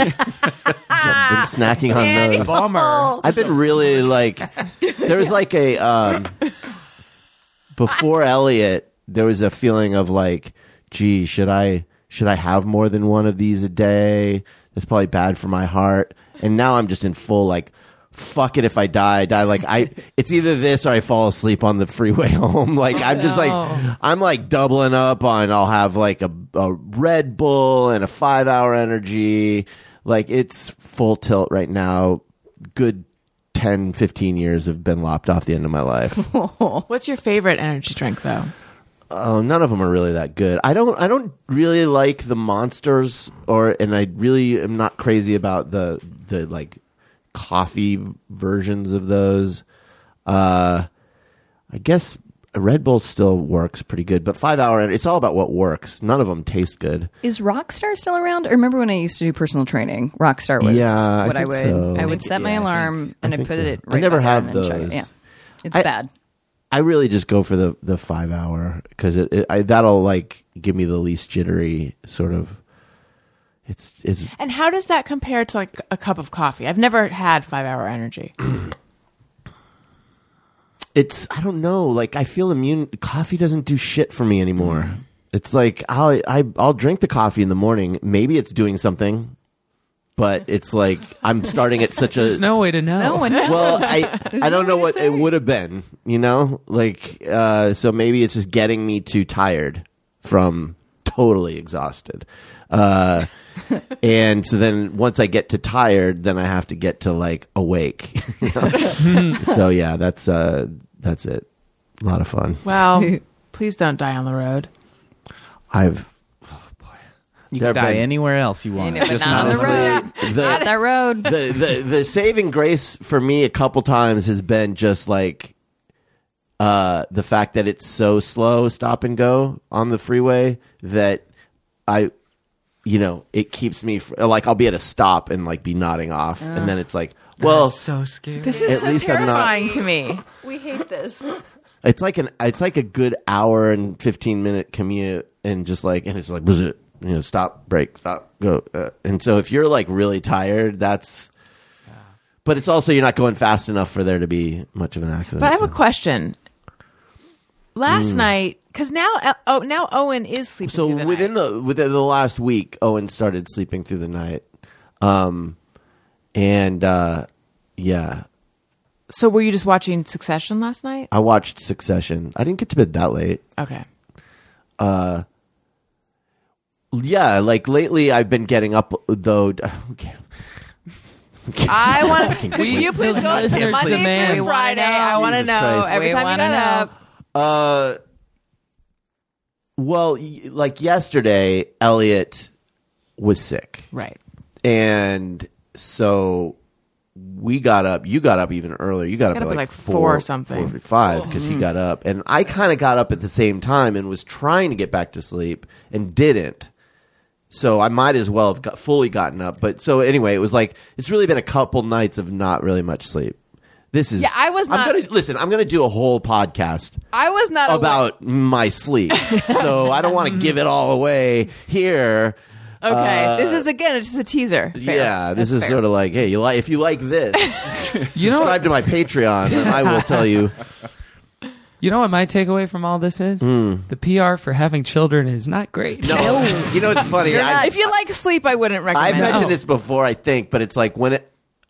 Speaker 1: I've been snacking on those.
Speaker 4: Bummer.
Speaker 1: I've been really like there was like a um before Elliot there was a feeling of like gee should I should I have more than one of these a day that's probably bad for my heart and now I'm just in full like fuck it if I die I die like I it's either this or I fall asleep on the freeway home like I'm just like I'm like doubling up on I'll have like a, a Red Bull and a 5 hour energy like it's full tilt right now good 10, 15 years have been lopped off the end of my life.
Speaker 3: What's your favorite energy drink, though?
Speaker 1: oh, none of them are really that good. I don't I don't really like the monsters or and I really am not crazy about the the like coffee versions of those. Uh I guess Red Bull still works pretty good, but 5 hour it's all about what works. None of them taste good.
Speaker 6: Is Rockstar still around? I remember when I used to do personal training. Rockstar was
Speaker 1: Yeah, I
Speaker 6: what I,
Speaker 1: think
Speaker 6: would.
Speaker 1: so.
Speaker 6: I
Speaker 1: I
Speaker 6: would
Speaker 1: think-
Speaker 6: set my
Speaker 1: yeah, I
Speaker 6: alarm
Speaker 1: think-
Speaker 6: and
Speaker 1: I
Speaker 6: I,
Speaker 1: think
Speaker 6: put
Speaker 1: so.
Speaker 6: it.
Speaker 1: I
Speaker 6: Right
Speaker 1: never
Speaker 6: back
Speaker 1: have
Speaker 6: on and then check it.
Speaker 1: those.
Speaker 6: Yeah, it's
Speaker 1: I-
Speaker 6: bad.
Speaker 1: I really just go for the the five hour because it, it I, that'll like give me the least jittery sort of. It's it's
Speaker 3: And how does that compare to like a cup of coffee? I've never had five hour energy.
Speaker 1: it's I don't know. Like I feel immune. Coffee doesn't do shit for me anymore. It's like I'll I, I'll drink the coffee in the morning. Maybe it's doing something, but it's like I'm starting at such a
Speaker 4: There's no way to know.
Speaker 1: Oh.
Speaker 6: No one knows.
Speaker 1: well i i don't know what it would have been you know like uh so maybe it's just getting me too tired from totally exhausted uh and so then once i get to tired then i have to get to like awake you know? so yeah that's uh that's it a lot of fun
Speaker 3: Well, please don't die on the road.
Speaker 1: i've
Speaker 5: You
Speaker 1: There
Speaker 5: can die
Speaker 1: been-
Speaker 5: anywhere else you want.
Speaker 6: Anywhere,
Speaker 5: Just
Speaker 6: not on the
Speaker 5: asleep.
Speaker 6: road.
Speaker 1: the,
Speaker 6: that road.
Speaker 1: the, the the saving grace for me a couple times has been just like uh the fact that it's so slow stop and go on the freeway that I you know it keeps me fr- like I'll be at a stop and like be nodding off and then it's like well
Speaker 4: That's so scary.
Speaker 3: This is
Speaker 1: At
Speaker 3: so
Speaker 1: least I'm not-
Speaker 3: terrifying to me.
Speaker 8: We hate this.
Speaker 1: it's like an it's like a good hour and 15 minute commute and just like and it's like bzz, you know stop break stop go uh, and so if you're like really tired that's but it's also you're not going fast enough for there to be much of an accident
Speaker 3: But I have a
Speaker 1: so.
Speaker 3: question. Last night, because now oh now Owen is sleeping.
Speaker 1: Hmm. so
Speaker 3: through the
Speaker 1: within
Speaker 3: night.
Speaker 1: the within the last week, Owen started sleeping through the night, um, and uh, yeah,
Speaker 3: so were you just watching Succession last night?
Speaker 1: I watched Succession. I didn't get to bed that late.
Speaker 3: Okay.
Speaker 1: Yeah, like lately, I've been getting up though. Okay.
Speaker 3: I want. Could
Speaker 4: sleep.
Speaker 3: you please
Speaker 4: The
Speaker 3: go
Speaker 4: listeners
Speaker 3: Monday
Speaker 4: demand.
Speaker 3: through
Speaker 4: We
Speaker 6: wanna
Speaker 3: Friday?
Speaker 6: know.
Speaker 3: I want to
Speaker 1: Jesus
Speaker 3: know
Speaker 1: Christ.
Speaker 3: every
Speaker 6: We
Speaker 3: time you
Speaker 6: wanna
Speaker 3: got
Speaker 6: know.
Speaker 3: up.
Speaker 1: Uh, well, y- like yesterday, Elliot was sick,
Speaker 3: Right.
Speaker 1: and so we got up. You got up even earlier. You got,
Speaker 3: Got
Speaker 1: up, at like,
Speaker 3: four or something.
Speaker 1: four forty-five, because he got up, and I kind of got up at the same time and was trying to get back to sleep and didn't. So I might as well have got, fully gotten up. But so anyway, it was like it's really been a couple nights of not really much sleep. This is
Speaker 3: Yeah, I was not-
Speaker 1: I'm gonna listen. I'm gonna do a whole podcast
Speaker 3: I was not aware-
Speaker 1: about my sleep. so I don't want to give it all away here.
Speaker 3: Okay,
Speaker 1: Uh,
Speaker 3: this is again it's just a teaser. Fair.
Speaker 1: Yeah, this is sort of like, hey, you like if you like this,
Speaker 4: you know,
Speaker 1: subscribe
Speaker 4: what,
Speaker 1: to my Patreon, and I will tell you.
Speaker 4: you know what my takeaway from all this is? The PR for having children is not great.
Speaker 1: No, you know it's funny. I,
Speaker 3: if you like sleep, I wouldn't recommend.
Speaker 1: I've
Speaker 3: it.
Speaker 4: Oh.
Speaker 1: mentioned this before, I think, but it's like when it.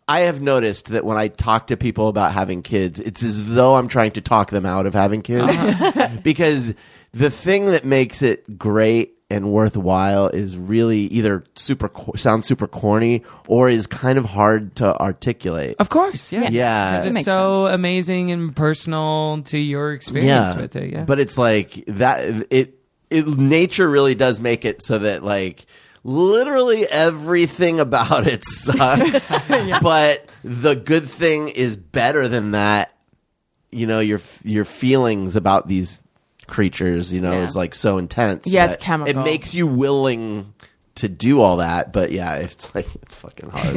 Speaker 1: I have noticed that when I talk to people about having kids, it's as though I'm trying to talk them out of having kids.
Speaker 4: Uh-huh.
Speaker 1: because the thing that makes it great and worthwhile is really either super co- sounds super corny or is kind of hard to articulate.
Speaker 4: Of course, yeah.
Speaker 1: Yeah.
Speaker 4: Because it's
Speaker 6: makes
Speaker 4: so amazing and personal to your experience with it. Yeah.
Speaker 1: But it's like that it it nature really does make it so that like literally everything about it sucks. But the good thing is better than that. You know, your your feelings about these creatures, you know,
Speaker 6: Yeah.
Speaker 1: is like so intense.
Speaker 3: Yeah, it's
Speaker 1: that
Speaker 3: chemical.
Speaker 1: It makes you willing to do all that, but yeah, it's like it's fucking hard.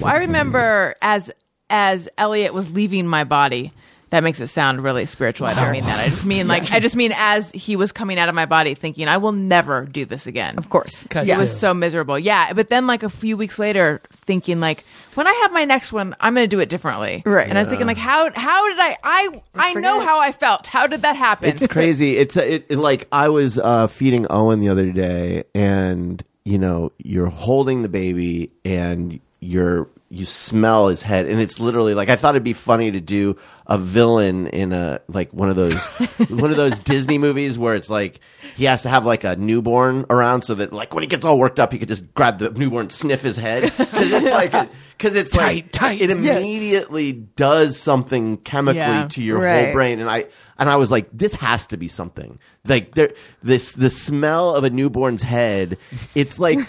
Speaker 3: Well, I remember as as Elliot was leaving my body. That makes it sound really spiritual. I don't mean that. I just mean like I just mean as he was coming out of my body, thinking I will never do this again.
Speaker 6: Of course.
Speaker 4: Cut
Speaker 3: It
Speaker 4: to-
Speaker 3: was so miserable. Yeah, but then like a few weeks later, thinking like when I have my next one, I'm going to do it differently.
Speaker 6: Right.
Speaker 3: And I was thinking like how how did I I I know
Speaker 6: forget.
Speaker 3: how I felt. How did that happen?
Speaker 1: It's crazy. It's a, it, it- like I was uh, feeding Owen the other day, and you know you're holding the baby, and you're you smell his head, and it's literally like I thought it'd be funny to do a villain in a like one of those one of those Disney movies where it's like he has to have like a newborn around so that like when he gets all worked up, he could just grab the newborn, sniff his head because it's like because it's like
Speaker 4: Tight, tight.
Speaker 1: it immediately does something chemically
Speaker 3: Yeah.
Speaker 1: to your whole
Speaker 6: Right.
Speaker 1: brain brain, and I and I was like, this has to be something. Like there, this the smell of a newborn's head. It's like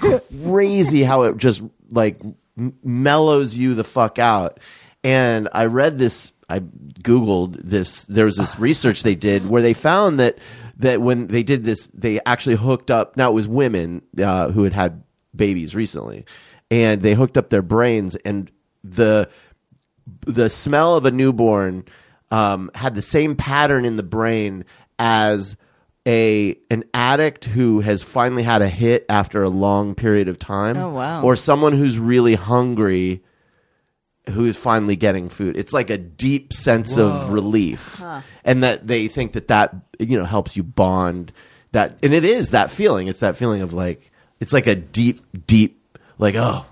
Speaker 1: crazy how it just like m- mellows you the fuck out. And I read this. I googled this. There was this research they did where they found that that when they did this, they actually hooked up. Now it was women uh, who had had babies recently, and they hooked up their brains and the the smell of a newborn um, had the same pattern in the brain as a an addict who has finally had a hit after a long period of time
Speaker 6: Oh, wow.
Speaker 1: or someone who's really hungry who is finally getting food it's like a deep sense of relief and that they think that that you know helps you bond that and it is that feeling it's that feeling of like it's like a deep deep like oh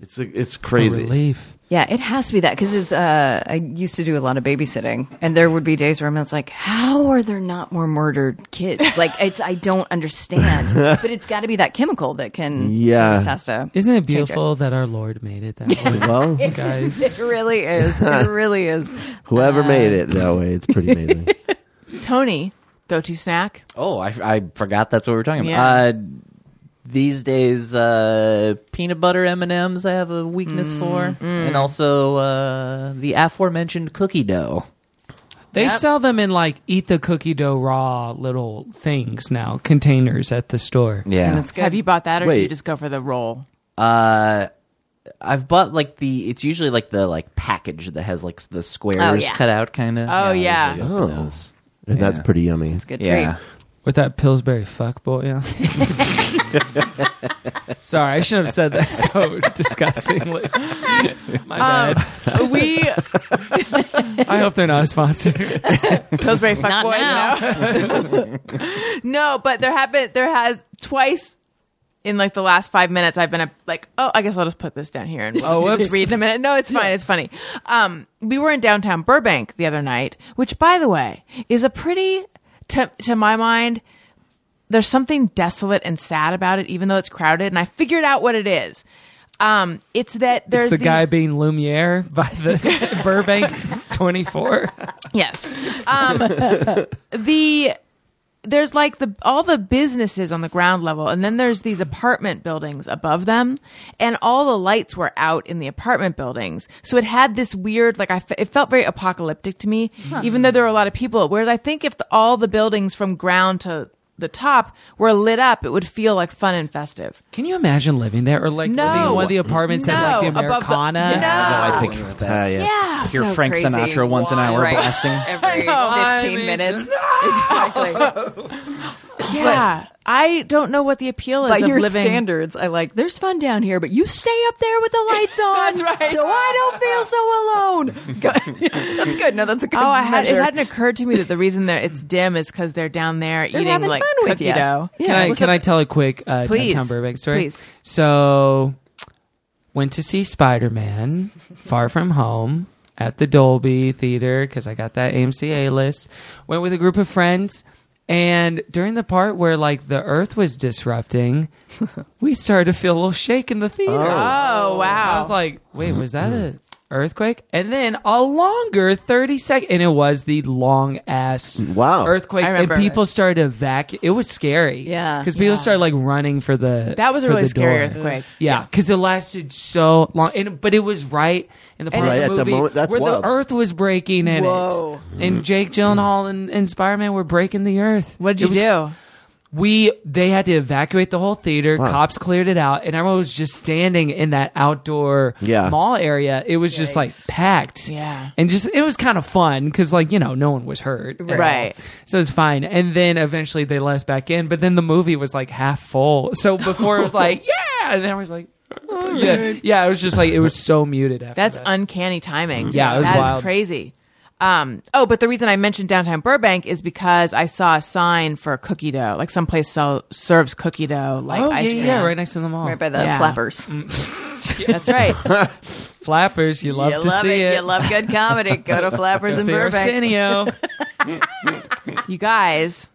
Speaker 1: it's it's crazy
Speaker 4: Relief.
Speaker 6: Yeah, it has to be that because it's. Uh, I used to do a lot of babysitting, and there would be days where I'm just like, "How are there not more murdered kids?" Like, it's I don't understand, but it's got to be that chemical that can.
Speaker 1: Yeah.
Speaker 6: it just has to.
Speaker 4: Isn't it
Speaker 6: change
Speaker 4: beautiful that our Lord made it that way,
Speaker 1: well
Speaker 4: guys?
Speaker 6: It really is. It really is.
Speaker 1: whoever made it that way it's pretty amazing
Speaker 3: Tony, go to snack.
Speaker 5: Oh, I, I forgot that's what we were talking about.
Speaker 3: Yeah.
Speaker 5: Uh, these days, uh, peanut butter M and M's I have a weakness for, and also uh, the aforementioned cookie dough.
Speaker 4: They sell them in like eat the cookie dough raw little things now, containers at the store.
Speaker 5: Yeah,
Speaker 6: And it's good.
Speaker 3: Have you bought that, or do you
Speaker 1: Wait.
Speaker 3: just go for the roll?
Speaker 5: Uh, I've bought like the. It's usually like the like package that has like the squares
Speaker 6: yeah.
Speaker 5: cut out, kind of.
Speaker 3: Oh, yeah.
Speaker 1: Oh. and that's pretty yummy
Speaker 6: It's a good
Speaker 5: Yeah.
Speaker 6: treat.
Speaker 4: With that Pillsbury fuckboy, yeah. Sorry, I shouldn't have said that so disgustingly. My bad.
Speaker 3: we
Speaker 4: I hope they're not a sponsor.
Speaker 3: Pillsbury fuck
Speaker 6: Not
Speaker 3: boys now. no, but there have been there has twice in like the last five minutes I've been a, like, oh, I guess I'll just put this down here and we'll
Speaker 4: Oh,
Speaker 3: just do this
Speaker 4: whoops.
Speaker 3: read in a minute. No, it's fine. It's funny. Um, we were in downtown Burbank the other night, which by the way is a pretty to to my mind. There's something desolate and sad about it, even though it's crowded. And I figured out what it is. Um, it's that there's
Speaker 4: It's the guy
Speaker 3: these-
Speaker 4: being Lumiere by the Burbank 24.
Speaker 3: Yes. Um, the there's like the all the businesses on the ground level, and then there's these apartment buildings above them, and all the lights were out in the apartment buildings. So it had this weird, like I, f- it felt very apocalyptic to me, even though there were a lot of people. Whereas I think if the, all the buildings from ground to the top were lit up, it would feel like fun and festive.
Speaker 4: Can you imagine living there or like living in
Speaker 3: No.
Speaker 4: one of the apartments at like the
Speaker 3: No, above the-
Speaker 4: Americana?
Speaker 3: No.
Speaker 5: I
Speaker 3: I
Speaker 5: think
Speaker 1: Ah, yeah.
Speaker 3: Yeah.
Speaker 5: hear
Speaker 6: So
Speaker 5: Frank
Speaker 6: crazy.
Speaker 5: Sinatra once an
Speaker 6: Why?
Speaker 5: hour
Speaker 6: Right.
Speaker 5: blasting.
Speaker 6: Every
Speaker 3: know.
Speaker 6: 15
Speaker 4: I
Speaker 6: minutes. Exactly.
Speaker 3: Yeah. I don't know what the appeal is
Speaker 6: By
Speaker 3: of
Speaker 6: your
Speaker 3: living.
Speaker 6: standards, I like, there's fun down here, but you stay up there with the lights on.
Speaker 3: That's right.
Speaker 6: So I don't feel so alone. Good. that's good. No, that's a good
Speaker 3: Oh, I had, it
Speaker 6: measure.
Speaker 3: hadn't occurred to me that the reason that it's dim is because they're down there eating
Speaker 6: having
Speaker 3: like
Speaker 6: fun with
Speaker 3: cookie
Speaker 6: ya.
Speaker 3: dough.
Speaker 6: Yeah.
Speaker 4: Can I
Speaker 6: what's
Speaker 4: can
Speaker 6: up?
Speaker 4: I tell a quick uh,
Speaker 3: Please.
Speaker 4: downtown Burbank story?
Speaker 3: Please.
Speaker 4: So, went to see Spider Man Far From Home at the Dolby Theater because I got that AMC A list. Went with a group of friends, and during the part where like the Earth was disrupting, we started to feel a little shake in the theater.
Speaker 3: Oh, wow!
Speaker 4: I was like, wait, was that a earthquake? And then a longer 30 second, and it was the long ass
Speaker 1: Wow.
Speaker 4: earthquake.
Speaker 3: I
Speaker 4: And
Speaker 3: remember
Speaker 4: people started to evacuate. It was scary.
Speaker 6: Yeah.
Speaker 4: Because people
Speaker 3: Yeah.
Speaker 4: started like running for the.
Speaker 3: That was a
Speaker 4: for
Speaker 3: really
Speaker 4: the
Speaker 3: scary
Speaker 4: door.
Speaker 3: earthquake.
Speaker 4: Yeah. Because it lasted so long. And, but it was right in the part
Speaker 3: Right
Speaker 1: at
Speaker 4: of the
Speaker 1: the
Speaker 4: movie
Speaker 1: moment- that's
Speaker 4: where
Speaker 1: wild. Mm-hmm.
Speaker 4: the earth was breaking in
Speaker 6: Whoa.
Speaker 4: it. And Jake Gyllenhaal and, and Spider Man were breaking the earth.
Speaker 3: what did you
Speaker 4: It was
Speaker 3: do?
Speaker 4: we they had to evacuate the whole theater. Cops cleared it out, and everyone was just standing in that outdoor
Speaker 1: Yeah.
Speaker 4: mall area. It was just like packed,
Speaker 3: Yeah.
Speaker 4: and just it was kind of fun because like you know no one was hurt, at all.
Speaker 3: Right.
Speaker 4: So it was fine. And then eventually they let us back in, but then the movie was like half full. So before it was like yeah, and then I was like "Oh, yeah, yeah. It was just like it was so muted. After
Speaker 3: That's
Speaker 4: that.
Speaker 3: uncanny timing.
Speaker 4: Yeah, it was
Speaker 3: That is
Speaker 4: wild.
Speaker 3: crazy. Um, oh, but the reason I mentioned downtown Burbank is because I saw a sign for cookie dough, like someplace sell, serves cookie dough, like
Speaker 4: oh yeah,
Speaker 3: ice cream.
Speaker 4: yeah, right next to the mall.
Speaker 6: Right by the
Speaker 3: Yeah.
Speaker 6: flappers.
Speaker 3: That's right.
Speaker 4: Flappers, you love
Speaker 6: you
Speaker 4: to
Speaker 6: love
Speaker 4: see
Speaker 6: You love good comedy. Go to Flappers in
Speaker 4: See
Speaker 6: Burbank.
Speaker 4: Arsenio.
Speaker 3: you guys,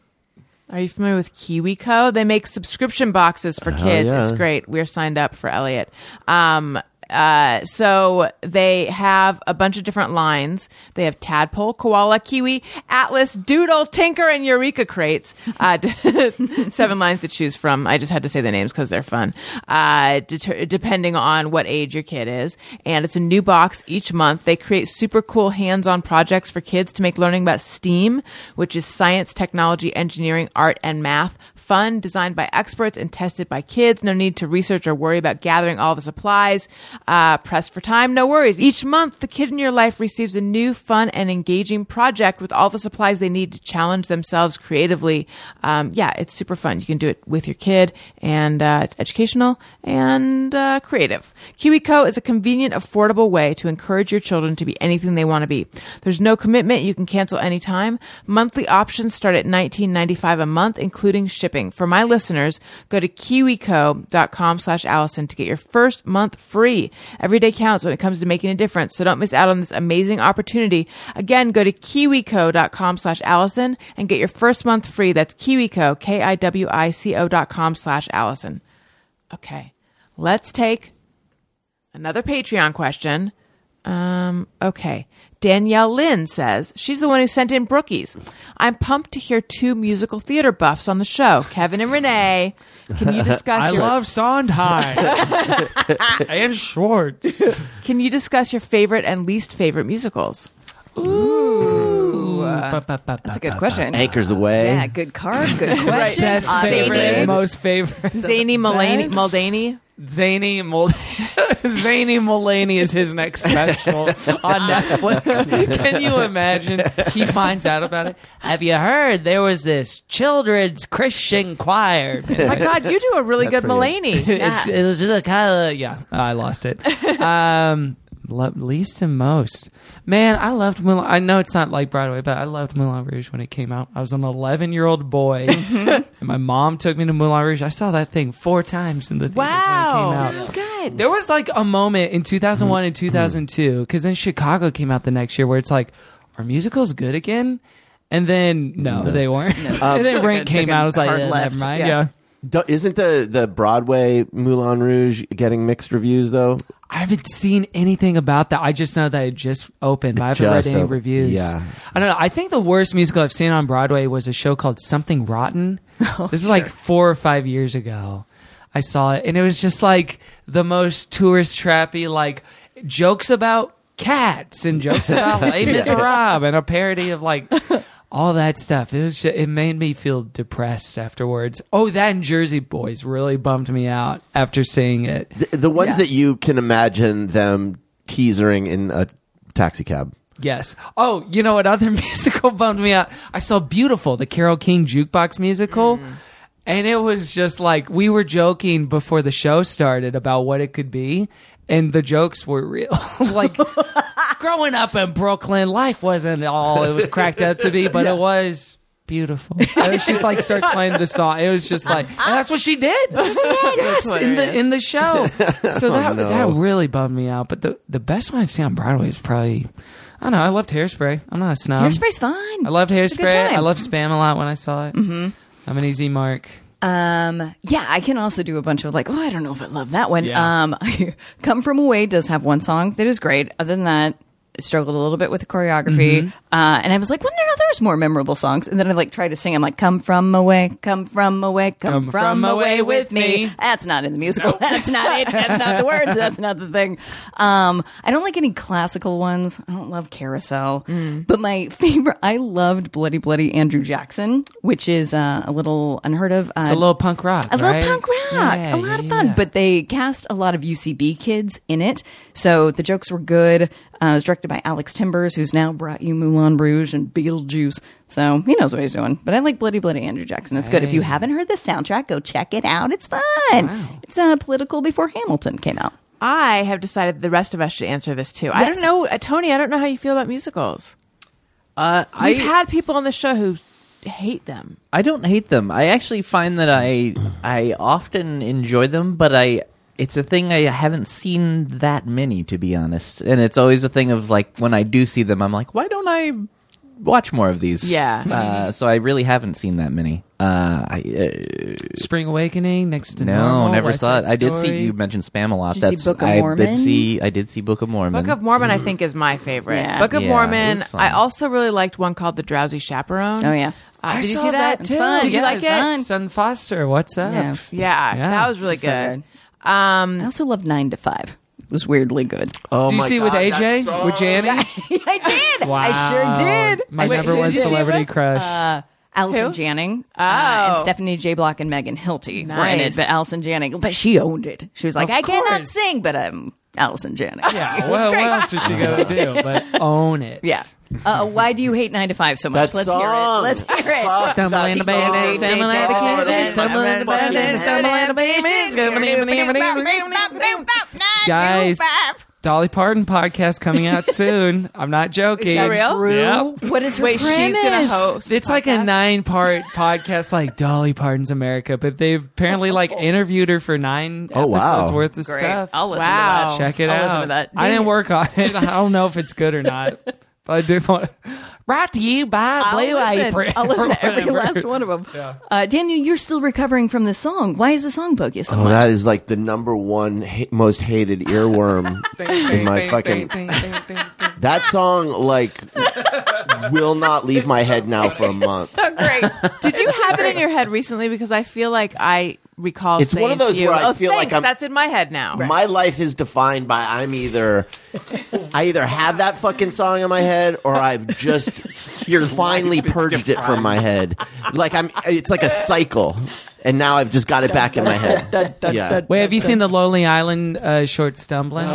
Speaker 3: are you familiar with KiwiCo? They make subscription boxes for kids.
Speaker 1: yeah.
Speaker 3: It's great. We're signed up for Elliot. Um, uh, so they have a bunch of different lines. They have tadpole, koala, kiwi, atlas, doodle, tinker, and eureka crates. Uh, d- seven lines to choose from. I just had to say the names because they're fun. Uh, deter- depending on what age your kid is, and it's a new box each month. They create super cool hands-on projects for kids to make learning about STEAM, which is science, technology, engineering, art, and math, fun, designed by experts and tested by kids. No need to research or worry about gathering all the supplies. Uh, pressed for time, no worries. Each month, the kid in your life receives a new, fun, and engaging project with all the supplies they need to challenge themselves creatively. Um, yeah, it's super fun. You can do it with your kid, and uh, it's educational and uh, creative. KiwiCo is a convenient, affordable way to encourage your children to be anything they want to be. There's no commitment. You can cancel anytime. Monthly options start at $19.95 a month, including shipping. For my listeners, go to kiwico.com slash Allison to get your first month free. Every day counts when it comes to making a difference, so don't miss out on this amazing opportunity. Again, go to kiwico.com slash Allison and get your first month free. That's kiwico, K-I-W-I-C-O dot com slash Allison. Okay. Let's take another Patreon question. Um, okay. Danielle Lynn says, she's the one who sent in Brookies. I'm pumped to hear two musical theater buffs on the show, Kevin and Renee. Can you discuss
Speaker 4: I
Speaker 3: your
Speaker 4: love Sondheim and Schwartz.
Speaker 3: Can you discuss your favorite and least favorite musicals?
Speaker 6: That's a good question.
Speaker 1: Anchors away.
Speaker 6: Yeah, good card, good question.
Speaker 4: Best
Speaker 6: Uh,
Speaker 4: favorite,
Speaker 1: Zany.
Speaker 4: most favorite.
Speaker 3: Zany Mullaney, Muldaney.
Speaker 4: Zany Mul- Zany Mulaney is his next special on Netflix. Can you imagine? He finds out about it. Have you heard there was this children's Christian choir?
Speaker 3: My God, you do a really good Mullaney.
Speaker 4: It's, it was just a kind of yeah. I lost it. Um, lo- least and most. Man, I loved Moulin. I know it's not like Broadway, but I loved Moulin Rouge when it came out. I was an 11 year old boy, and my mom took me to Moulin Rouge. I saw that thing four times in the theaters
Speaker 3: Wow.
Speaker 4: when it came out. There was like a moment in 2001 and 2002 because then Chicago came out the next year where it's like, are musicals good again? And then no, they weren't. and then Rank
Speaker 6: Took a-
Speaker 4: came out. I was like,
Speaker 6: hard
Speaker 4: eh,
Speaker 6: left,
Speaker 4: never mind.
Speaker 6: yeah.
Speaker 4: yeah.
Speaker 1: Do- Isn't the, the Broadway Moulin Rouge getting mixed reviews, though?
Speaker 4: I haven't seen anything about that. I just know that it just opened. But I haven't
Speaker 1: just
Speaker 4: read any
Speaker 1: opened.
Speaker 4: reviews.
Speaker 1: Yeah.
Speaker 4: I don't know. I think the worst musical I've seen on Broadway was a show called Something Rotten. this is like four or five years ago. I saw it, and it was just like the most tourist trappy, like jokes about cats and jokes about Les Miserables and a parody of like. All that stuff. It was. ju- it made me feel depressed afterwards. Oh, that and Jersey Boys really bummed me out after seeing it.
Speaker 1: The, the ones
Speaker 6: Yeah.
Speaker 1: that you can imagine them teasering in a taxi cab.
Speaker 4: Yes. Oh, you know what other musical bummed me out? I saw Beautiful, the Carol King jukebox musical. And it was just like we were joking before the show started about what it could be, and the jokes were real. like growing up in Brooklyn, life wasn't all it was cracked up to be, but it was beautiful. And she's like starts playing the song. It was just like and that's what she did. Oh, yes, in the in the show. So that that really bummed me out. But the the best one I've seen on Broadway is probably I don't know. I loved Hairspray. I'm not a snob.
Speaker 6: Hairspray's fine.
Speaker 4: I loved
Speaker 6: It's a good
Speaker 4: Hairspray. I
Speaker 6: time.
Speaker 4: love Spam a lot when I saw it. Mm-hmm. I'm an easy mark.
Speaker 6: Um, yeah, I can also do a bunch of like, oh, I don't know if I love that one.
Speaker 4: Yeah.
Speaker 6: Um, Come From Away does have one song that is great. Other than that, I struggled a little bit with the choreography. Uh, and I was like, well, no, no, there's more memorable songs. And then I like tried to sing. I'm like, come from away, come from away, come, from, away with me. That's not in the musical. That's not it. That's not the words. That's not the thing. Um, I don't like any classical ones. I don't love Carousel. But my favorite, I loved Bloody Bloody Andrew Jackson, which is uh, a little unheard of. Uh,
Speaker 4: It's a little punk rock.
Speaker 6: a little
Speaker 4: right?
Speaker 6: punk rock,
Speaker 4: Yeah,
Speaker 6: a lot of
Speaker 4: yeah,
Speaker 6: fun.
Speaker 4: yeah.
Speaker 6: But they cast a lot of UCB kids in it, so the jokes were good. Uh, it was directed by Alex Timbers, who's now brought you Moulin Rouge and Beetlejuice, so he knows what he's doing. But I like Bloody Bloody Andrew Jackson. It's good. If you haven't heard the soundtrack, go check it out. It's fun. It's uh, political before Hamilton came out.
Speaker 3: I have decided the rest of us should answer this too. I
Speaker 6: Yes.
Speaker 3: don't know, uh, Tony, I don't know how you feel about musicals.
Speaker 5: Uh, I
Speaker 3: We've had people on the show who hate them.
Speaker 5: I don't hate them. I actually find that I I often enjoy them, but I it's a thing I haven't seen that many to be honest. And it's always a thing of like when I do see them I'm like, why don't I watch more of these?
Speaker 3: Yeah.
Speaker 6: Mm-hmm.
Speaker 5: Uh, so I really haven't seen that many. Uh, I uh,
Speaker 4: Spring Awakening next to
Speaker 5: no,
Speaker 4: Normal,
Speaker 5: never
Speaker 4: West
Speaker 5: saw it.
Speaker 4: Side
Speaker 5: I did
Speaker 4: Story.
Speaker 5: see you mentioned Spam a lot.
Speaker 6: Did you see
Speaker 5: That's
Speaker 6: Book of
Speaker 5: I
Speaker 6: Mormon?
Speaker 5: did see I did see Book of Mormon.
Speaker 3: Book of Mormon,
Speaker 1: Mm.
Speaker 3: I think, is my favorite.
Speaker 6: Yeah.
Speaker 3: Book of
Speaker 5: Yeah, it
Speaker 3: Mormon.
Speaker 5: was fun.
Speaker 3: I also really liked one called The Drowsy Chaperone.
Speaker 6: Oh, yeah.
Speaker 3: Uh,
Speaker 4: I
Speaker 3: did you
Speaker 4: saw
Speaker 3: see that?
Speaker 6: It's fun.
Speaker 3: Did you
Speaker 6: Yeah,
Speaker 3: like it?
Speaker 6: it's fun.
Speaker 4: Son Foster, what's up?
Speaker 6: Yeah.
Speaker 3: Yeah,
Speaker 4: Yeah.
Speaker 3: that was really
Speaker 6: She's so
Speaker 3: good. Um,
Speaker 6: I also love Nine to Five. It was weirdly good.
Speaker 1: Oh
Speaker 4: Do you see it with AJ? With Jamie?
Speaker 6: I did.
Speaker 4: Wow.
Speaker 6: I sure did.
Speaker 4: My
Speaker 6: I
Speaker 4: number
Speaker 6: sure
Speaker 4: one
Speaker 6: did.
Speaker 4: Uh, celebrity crush.
Speaker 6: Allison
Speaker 3: Who?
Speaker 6: Janning uh,
Speaker 3: Oh.
Speaker 6: and Stephanie J. Block and Megan Hilty were in
Speaker 3: Nice.
Speaker 6: it, but Allison Janning, but she owned it. She was like,
Speaker 4: Of
Speaker 6: I cannot
Speaker 4: course.
Speaker 6: sing, but I'm Allison Janning.
Speaker 4: Yeah. Well, what else is she gonna do but own it?
Speaker 6: Yeah. Uh, why do you hate nine to five so much?
Speaker 1: That
Speaker 6: Let's
Speaker 1: song.
Speaker 6: hear it. Let's hear it.
Speaker 1: Fuck
Speaker 4: Stumble
Speaker 1: that
Speaker 4: in the
Speaker 1: song.
Speaker 4: bandage, stumble in the kitchen, stumble in the bandage, stumble in the bandage, stumble in the bandage. Guys, Dolly Parton podcast coming out soon. I'm not joking.
Speaker 3: Is that real?
Speaker 4: Yep.
Speaker 6: What is her
Speaker 3: Wait, she's gonna
Speaker 6: premise?
Speaker 3: host.
Speaker 4: It's like a nine part podcast, like Dolly Parton's America, but they've apparently like interviewed her for nine
Speaker 1: Oh, wow.
Speaker 4: episodes worth of
Speaker 6: Oh. Great.
Speaker 4: stuff.
Speaker 6: I'll listen
Speaker 3: Wow.
Speaker 6: to that.
Speaker 4: Check it
Speaker 6: I'll
Speaker 4: out.
Speaker 6: listen to that.
Speaker 4: I
Speaker 6: Dang
Speaker 4: didn't
Speaker 6: it.
Speaker 4: work on it. I don't know if it's good or not. but I do want. Brought to you by
Speaker 6: I'll
Speaker 4: Blue
Speaker 6: listen.
Speaker 4: Apron.
Speaker 6: I'll listen to
Speaker 4: or
Speaker 6: every
Speaker 4: whatever.
Speaker 6: last one of them. Uh, Daniel, you're still recovering from this song. Why is the song bug you so
Speaker 1: Oh,
Speaker 6: much?
Speaker 1: that is like the number one ha- most hated earworm in my fucking. That song like will not leave my head now for a month.
Speaker 3: so great. Did you have it in your head recently? Because I feel like I recall
Speaker 1: It's
Speaker 3: saying
Speaker 1: one of those
Speaker 3: to you,
Speaker 1: where I
Speaker 3: "Oh,
Speaker 1: feel like
Speaker 3: thanks,
Speaker 1: I'm-
Speaker 3: that's in my head now."
Speaker 1: My life is defined by I'm either I either have that fucking song in my head or I've just finally purged it from my head. Like I'm it's like a cycle and now I've just got it back in my head. Yeah.
Speaker 4: Wait, have you seen the Lonely Island uh, short Stumbling?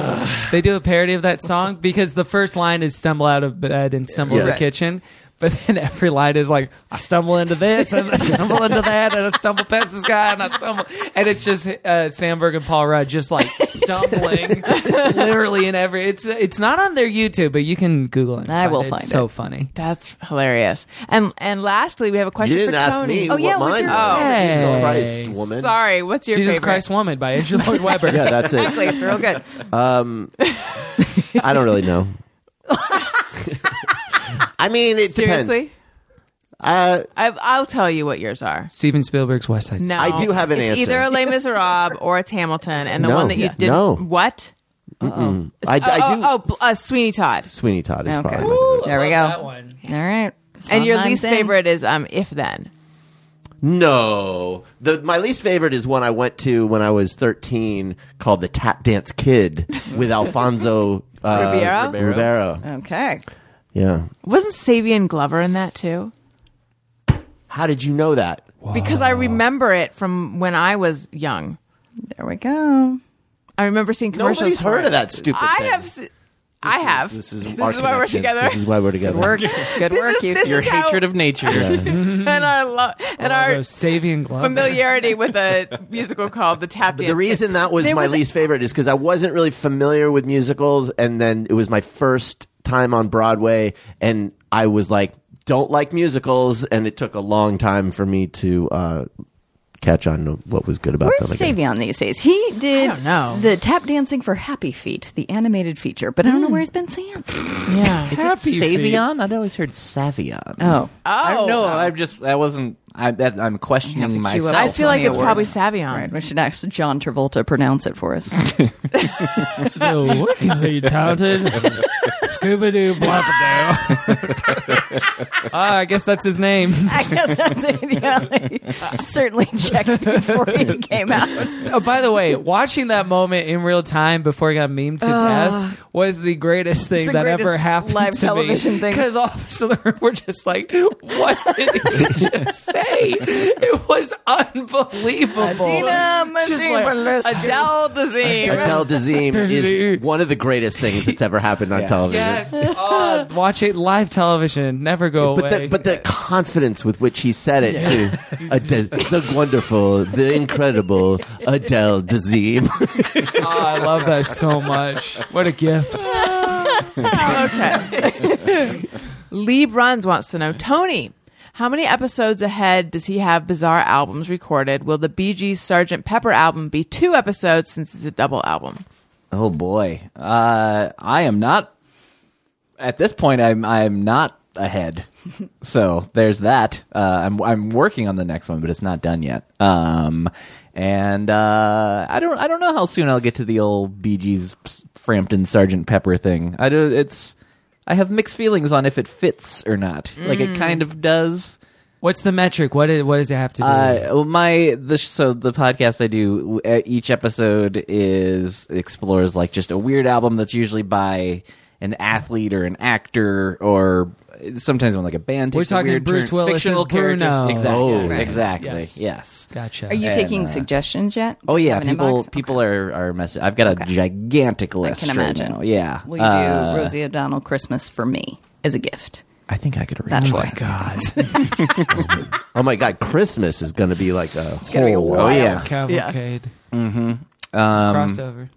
Speaker 4: they do a parody of that song because the first line is stumble out of bed and stumble in
Speaker 1: Yeah.
Speaker 4: the kitchen. But then every line is like, I stumble into this and I stumble into that and I stumble past this guy and I stumble. And it's just uh, Sandberg and Paul Rudd just like stumbling literally in every. It's it's not on their YouTube, but you can Google it. and
Speaker 6: I will
Speaker 4: it.
Speaker 6: find
Speaker 4: it's so
Speaker 6: it.
Speaker 4: funny.
Speaker 3: That's hilarious. And and lastly, we have a
Speaker 1: You
Speaker 3: question
Speaker 1: didn't
Speaker 3: for
Speaker 1: ask
Speaker 3: Tony.
Speaker 1: me
Speaker 6: Oh,
Speaker 1: what
Speaker 6: yeah, what's
Speaker 1: mine
Speaker 6: your-
Speaker 1: was.
Speaker 4: Hey.
Speaker 1: Jesus Christ, woman.
Speaker 3: Oh, Sorry, what's your
Speaker 4: Jesus
Speaker 3: favorite?
Speaker 4: Christ Woman by Andrew Lloyd Webber.
Speaker 1: Yeah, that's it.
Speaker 3: Exactly, it's real good.
Speaker 1: Um, I don't really know. I mean, it depends.
Speaker 3: Seriously,
Speaker 1: Uh,
Speaker 3: I, I'll tell you what yours are.
Speaker 4: Steven Spielberg's West Side
Speaker 3: No,
Speaker 4: Story.
Speaker 1: I do have an
Speaker 3: it's
Speaker 1: answer.
Speaker 3: Either Les Miserables or it's Hamilton, and the
Speaker 1: No.
Speaker 3: one that you
Speaker 1: Yeah.
Speaker 3: did
Speaker 1: No.
Speaker 3: What?
Speaker 1: I, I do.
Speaker 3: Oh, oh, oh, uh, Sweeney Todd.
Speaker 1: Sweeney Todd is
Speaker 6: Okay.
Speaker 1: probably. my favorite.
Speaker 6: there we go.
Speaker 4: That one.
Speaker 6: All right.
Speaker 3: and your
Speaker 6: Sondheim's
Speaker 3: least
Speaker 6: in.
Speaker 3: favorite is um If Then.
Speaker 1: No, the my least favorite is one I went to when I was thirteen, called the Tap Dance Kid with Alfonso uh,
Speaker 3: Ribeiro?
Speaker 1: Ribeiro.
Speaker 6: Okay.
Speaker 1: Yeah.
Speaker 3: Wasn't Savian Glover in that too?
Speaker 1: How did you know that?
Speaker 3: Because I remember it from when I was young.
Speaker 6: There we go.
Speaker 3: I remember seeing commercials.
Speaker 1: Nobody's
Speaker 3: for
Speaker 1: heard
Speaker 3: it.
Speaker 1: of that stupid.
Speaker 3: I
Speaker 1: thing.
Speaker 3: have. se- I have.
Speaker 1: This is,
Speaker 3: this
Speaker 1: our
Speaker 3: is why we're
Speaker 1: connection.
Speaker 3: together.
Speaker 1: This is why we're together.
Speaker 6: Work. Good
Speaker 3: This
Speaker 6: work,
Speaker 3: is-
Speaker 6: you
Speaker 3: this
Speaker 6: two.
Speaker 5: Your
Speaker 3: is how-
Speaker 5: hatred of nature.
Speaker 3: and our lo- and our
Speaker 4: Savian Glover.
Speaker 3: familiarity with a musical called The Tap Dance.
Speaker 1: The reason that was
Speaker 3: There
Speaker 1: my
Speaker 3: was-
Speaker 1: least favorite is because I wasn't really familiar with musicals, and then it was my first time on Broadway, and I was like, "Don't like musicals," and it took a long time for me to uh, catch on to what was good about
Speaker 6: Where's
Speaker 1: them. again.
Speaker 6: Savion these days? He did
Speaker 3: I don't know.
Speaker 6: the tap dancing for Happy Feet, the animated feature, but I don't know where he's been since.
Speaker 3: Yeah.
Speaker 4: Happy
Speaker 7: Savion? I'd always heard Savion.
Speaker 6: Oh,
Speaker 5: I
Speaker 3: Oh
Speaker 5: don't know. I'm just. That wasn't. I, that, I'm questioning
Speaker 6: queue up
Speaker 5: myself.
Speaker 3: I feel like
Speaker 6: Tony
Speaker 3: it's probably
Speaker 6: Awards.
Speaker 3: Savion.
Speaker 6: all right. We should ask John Travolta pronounce it for us.
Speaker 4: No, really talented. Scooby Doo Blabadoo. Ah, I guess that's his name.
Speaker 6: I guess that's it. Yeah. Certainly checked before he came out.
Speaker 4: Oh, by the way, watching that moment in real time before I got memed to death was the greatest thing
Speaker 6: the
Speaker 4: that ever
Speaker 6: greatest
Speaker 4: happened
Speaker 6: live
Speaker 4: to
Speaker 6: television thing.
Speaker 4: Because all of us in the room were just like, "What did he just say?" It was unbelievable. Just like,
Speaker 3: Adele Dazeem.
Speaker 1: Adele Dazeem is one of the greatest things that's ever happened on television.
Speaker 4: Yes, oh, watch it live television. Never go
Speaker 1: But
Speaker 4: away.
Speaker 1: the, but the confidence with which he said it too, Adele, the wonderful, the incredible Adele Dazeem.
Speaker 4: Oh, I love that so much. What a gift.
Speaker 3: okay. Lee Bruns wants to know Tony, how many episodes ahead does he have bizarre albums recorded? Will the Bee Gees Sgt. Pepper album be two episodes since it's a double album?
Speaker 5: Oh boy, uh, I am not. At this point, I'm I'm not ahead. so there's that. Uh, I'm I'm working on the next one, but it's not done yet. Um, and uh, I don't I don't know how soon I'll get to the old Bee Gees Frampton Sergeant Pepper thing. I do. It's I have mixed feelings on if it fits or not. Like
Speaker 3: Mm.
Speaker 5: it kind of does.
Speaker 4: What's the metric? What is, what does it have to do?
Speaker 5: Uh, well, my the sh- so the podcast I do w- uh, each episode is explores like just a weird album that's usually by an athlete or an actor or sometimes when like a band.
Speaker 4: We're
Speaker 5: takes a
Speaker 4: talking
Speaker 5: weird
Speaker 4: Bruce
Speaker 5: turn,
Speaker 4: Willis
Speaker 5: fictional
Speaker 4: as Bruno.
Speaker 5: characters. Exactly.
Speaker 1: Oh,
Speaker 5: yes,
Speaker 1: right.
Speaker 5: Exactly.
Speaker 4: Yes.
Speaker 5: Yes.
Speaker 4: Gotcha.
Speaker 6: Are you
Speaker 5: And,
Speaker 6: taking
Speaker 5: uh,
Speaker 6: suggestions yet?
Speaker 5: Oh
Speaker 6: Do you
Speaker 5: yeah,
Speaker 6: have an
Speaker 5: people
Speaker 6: inbox?
Speaker 5: people are are messing. I've got a gigantic
Speaker 6: I
Speaker 5: list.
Speaker 6: can
Speaker 5: right
Speaker 6: imagine.
Speaker 5: now. Yeah.
Speaker 6: Will you do
Speaker 5: Uh,
Speaker 6: Rosie O'Donnell Christmas for me as a gift?
Speaker 5: I think I could read.
Speaker 6: That's
Speaker 5: it.
Speaker 6: what.
Speaker 4: God.
Speaker 1: Oh my God, Christmas is going to be like a
Speaker 6: gonna be
Speaker 1: whole.
Speaker 6: wild.
Speaker 1: Oh yeah,
Speaker 6: yeah.
Speaker 4: Cavalcade.
Speaker 5: Mm-hmm. Um,
Speaker 4: Crossover.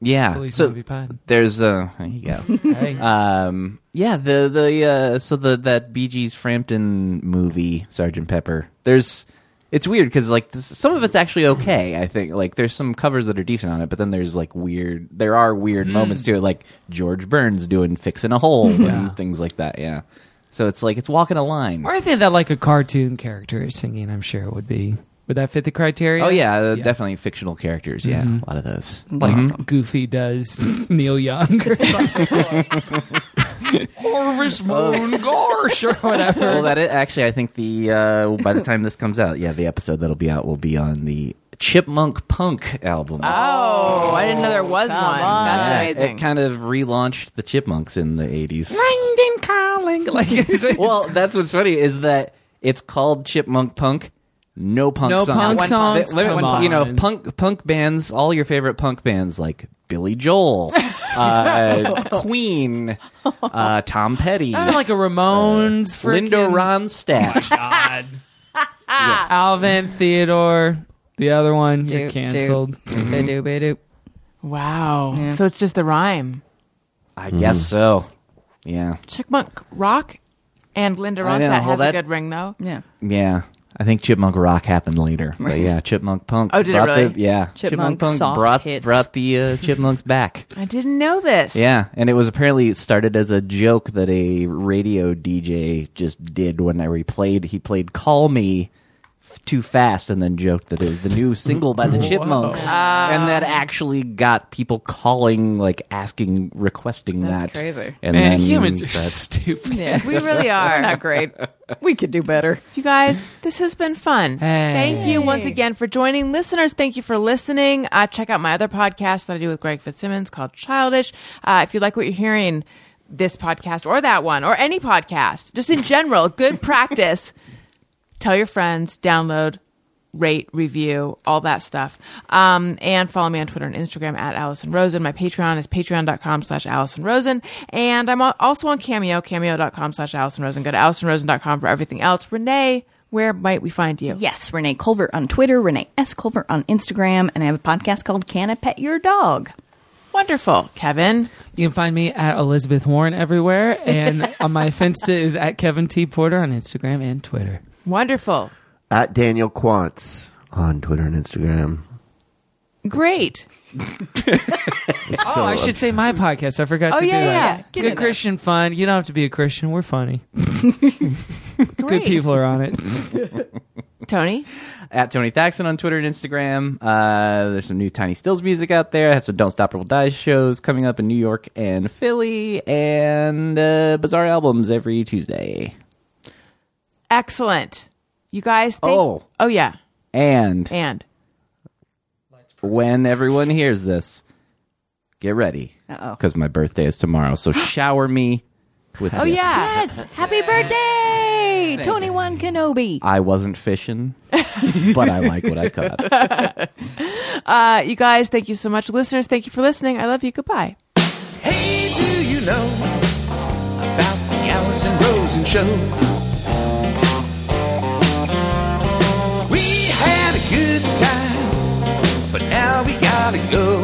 Speaker 5: yeah.
Speaker 4: Feliz
Speaker 5: so
Speaker 4: Navi Pod.
Speaker 5: there's uh, there you go.
Speaker 4: Hey.
Speaker 5: Um, yeah, the the uh, so the that Bee Gees Frampton movie, Sergeant Pepper. There's it's weird because like this, some of it's actually okay. I think like there's some covers that are decent on it, but then there's like weird. There are weird moments to it, like George Burns doing "Fixing a Hole" and things like that. Yeah, so it's like it's walking a line.
Speaker 4: or anything that like a cartoon character is singing, I'm sure it would be. Would that fit the criteria?
Speaker 5: Oh yeah, Mm-hmm. uh definitely fictional characters. Yeah,
Speaker 4: Mhm.
Speaker 5: a lot of those.
Speaker 4: Like Goofy does Neil Young or
Speaker 5: Uh,
Speaker 4: Harvest Moon Gorsh or whatever.
Speaker 5: well, that is, actually, I think the uh, by the time this comes out, yeah, the episode that'll be out will be on the Chipmunk Punk album.
Speaker 3: Oh, I didn't know there was one. That's
Speaker 5: Yeah,
Speaker 3: amazing.
Speaker 5: It kind of relaunched the Chipmunks in the 80s.
Speaker 4: Langdon Carling. Like it's like-
Speaker 5: well, that's what's funny is that it's called Chipmunk Punk. No punk
Speaker 4: No
Speaker 5: songs.
Speaker 4: punk One punk. songs,
Speaker 5: Th- limit-
Speaker 4: come
Speaker 5: You know,
Speaker 4: on.
Speaker 5: punk punk bands, all your favorite punk bands like Billy Joel, uh, Queen, uh, Tom Petty,
Speaker 4: I don't know, like a Ramones for
Speaker 5: uh, Linda Ronstadt.
Speaker 4: God. Alvin Theodore. The other one, you're
Speaker 6: Doop,
Speaker 4: canceled.
Speaker 6: doop, ba-doop, ba-doop.
Speaker 3: wow. So it's just the rhyme.
Speaker 5: I guess so. Yeah.
Speaker 3: Chickmunk Rock and Linda
Speaker 5: I know,
Speaker 3: Ronstadt
Speaker 5: well,
Speaker 3: has a
Speaker 5: that-
Speaker 3: good ring though.
Speaker 6: Yeah.
Speaker 5: Yeah. I think Chipmunk Rock happened later. But
Speaker 6: Right.
Speaker 5: yeah, Chipmunk Punk.
Speaker 3: Oh, did it
Speaker 5: brought
Speaker 3: really?
Speaker 5: The, yeah.
Speaker 6: Chipmunk soft
Speaker 5: brought,
Speaker 6: hits.
Speaker 5: brought the uh, Chipmunks back.
Speaker 3: I didn't know this.
Speaker 5: Yeah, and it was apparently it started as a joke that a radio DJ just did whenever he played. He played "Call Me" f- too fast, and then joked that it was the new single by the Chipmunks,
Speaker 6: Ah.
Speaker 5: and that actually got people calling, like asking, requesting that.
Speaker 6: That's crazy.
Speaker 5: And
Speaker 4: Man,
Speaker 5: then
Speaker 4: humans are
Speaker 5: that-
Speaker 4: stupid.
Speaker 6: Yeah.
Speaker 3: We really are.
Speaker 6: Not great. We could do better.
Speaker 3: You guys, this has been fun.
Speaker 4: Hey.
Speaker 3: Thank you once again for joining. Listeners, thank you for listening. Uh, check out my other podcast that I do with Greg Fitzsimmons called Childish. Uh, if you like what you're hearing, this podcast or that one or any podcast, just in general, good practice. Tell your friends, download, rate, review, all that stuff. Um, and follow me on Twitter and Instagram at Allison Rosen. My Patreon is patreon.com slash Allison Rosen. And I'm al- also on Cameo, cameo.com slash Allison Rosen. Go to AllisonRosen.com for everything else. Renee, where might we find you?
Speaker 6: Yes, Renee Culver on Twitter, Renee S. Culver on Instagram, and I have a podcast called Can I Pet Your Dog?
Speaker 3: Wonderful, Kevin.
Speaker 4: You can find me at Elizabeth Warren everywhere, and on my Finsta is at Kevin T Porter on Instagram and Twitter.
Speaker 3: Wonderful.
Speaker 1: at Daniel Quantz on Twitter and Instagram.
Speaker 3: Great.
Speaker 4: Oh, I should say my podcast. I forgot
Speaker 3: Oh,
Speaker 4: to
Speaker 3: yeah,
Speaker 4: do
Speaker 3: yeah.
Speaker 4: that.
Speaker 6: Get in
Speaker 4: Good
Speaker 6: there.
Speaker 4: Christian fun. You don't have to be a Christian. We're funny.
Speaker 3: Great.
Speaker 4: Good people are on it.
Speaker 3: Tony,
Speaker 5: at Tony Thaxton on Twitter and Instagram. Uh, there's some new Tiny Stills music out there. I have some Don't Stop or Will Die shows coming up in New York and Philly, and uh, bizarre albums every Tuesday.
Speaker 3: excellent. You guys think.
Speaker 5: Oh.
Speaker 3: yeah.
Speaker 5: And
Speaker 3: And
Speaker 5: when everyone hears this, get ready
Speaker 6: Uh-oh.
Speaker 5: because my birthday is tomorrow. So shower me with.
Speaker 3: oh,
Speaker 5: gifts.
Speaker 3: yeah.
Speaker 6: Yes! Happy birthday, Tony One Kenobi.
Speaker 5: I wasn't fishing, but I like what I caught.
Speaker 3: Uh, you guys, thank you so much. Listeners, thank you for listening. I love you. Goodbye.
Speaker 2: Hey, do you know about the Allison Rosen show? We had a good time, but now we gotta go.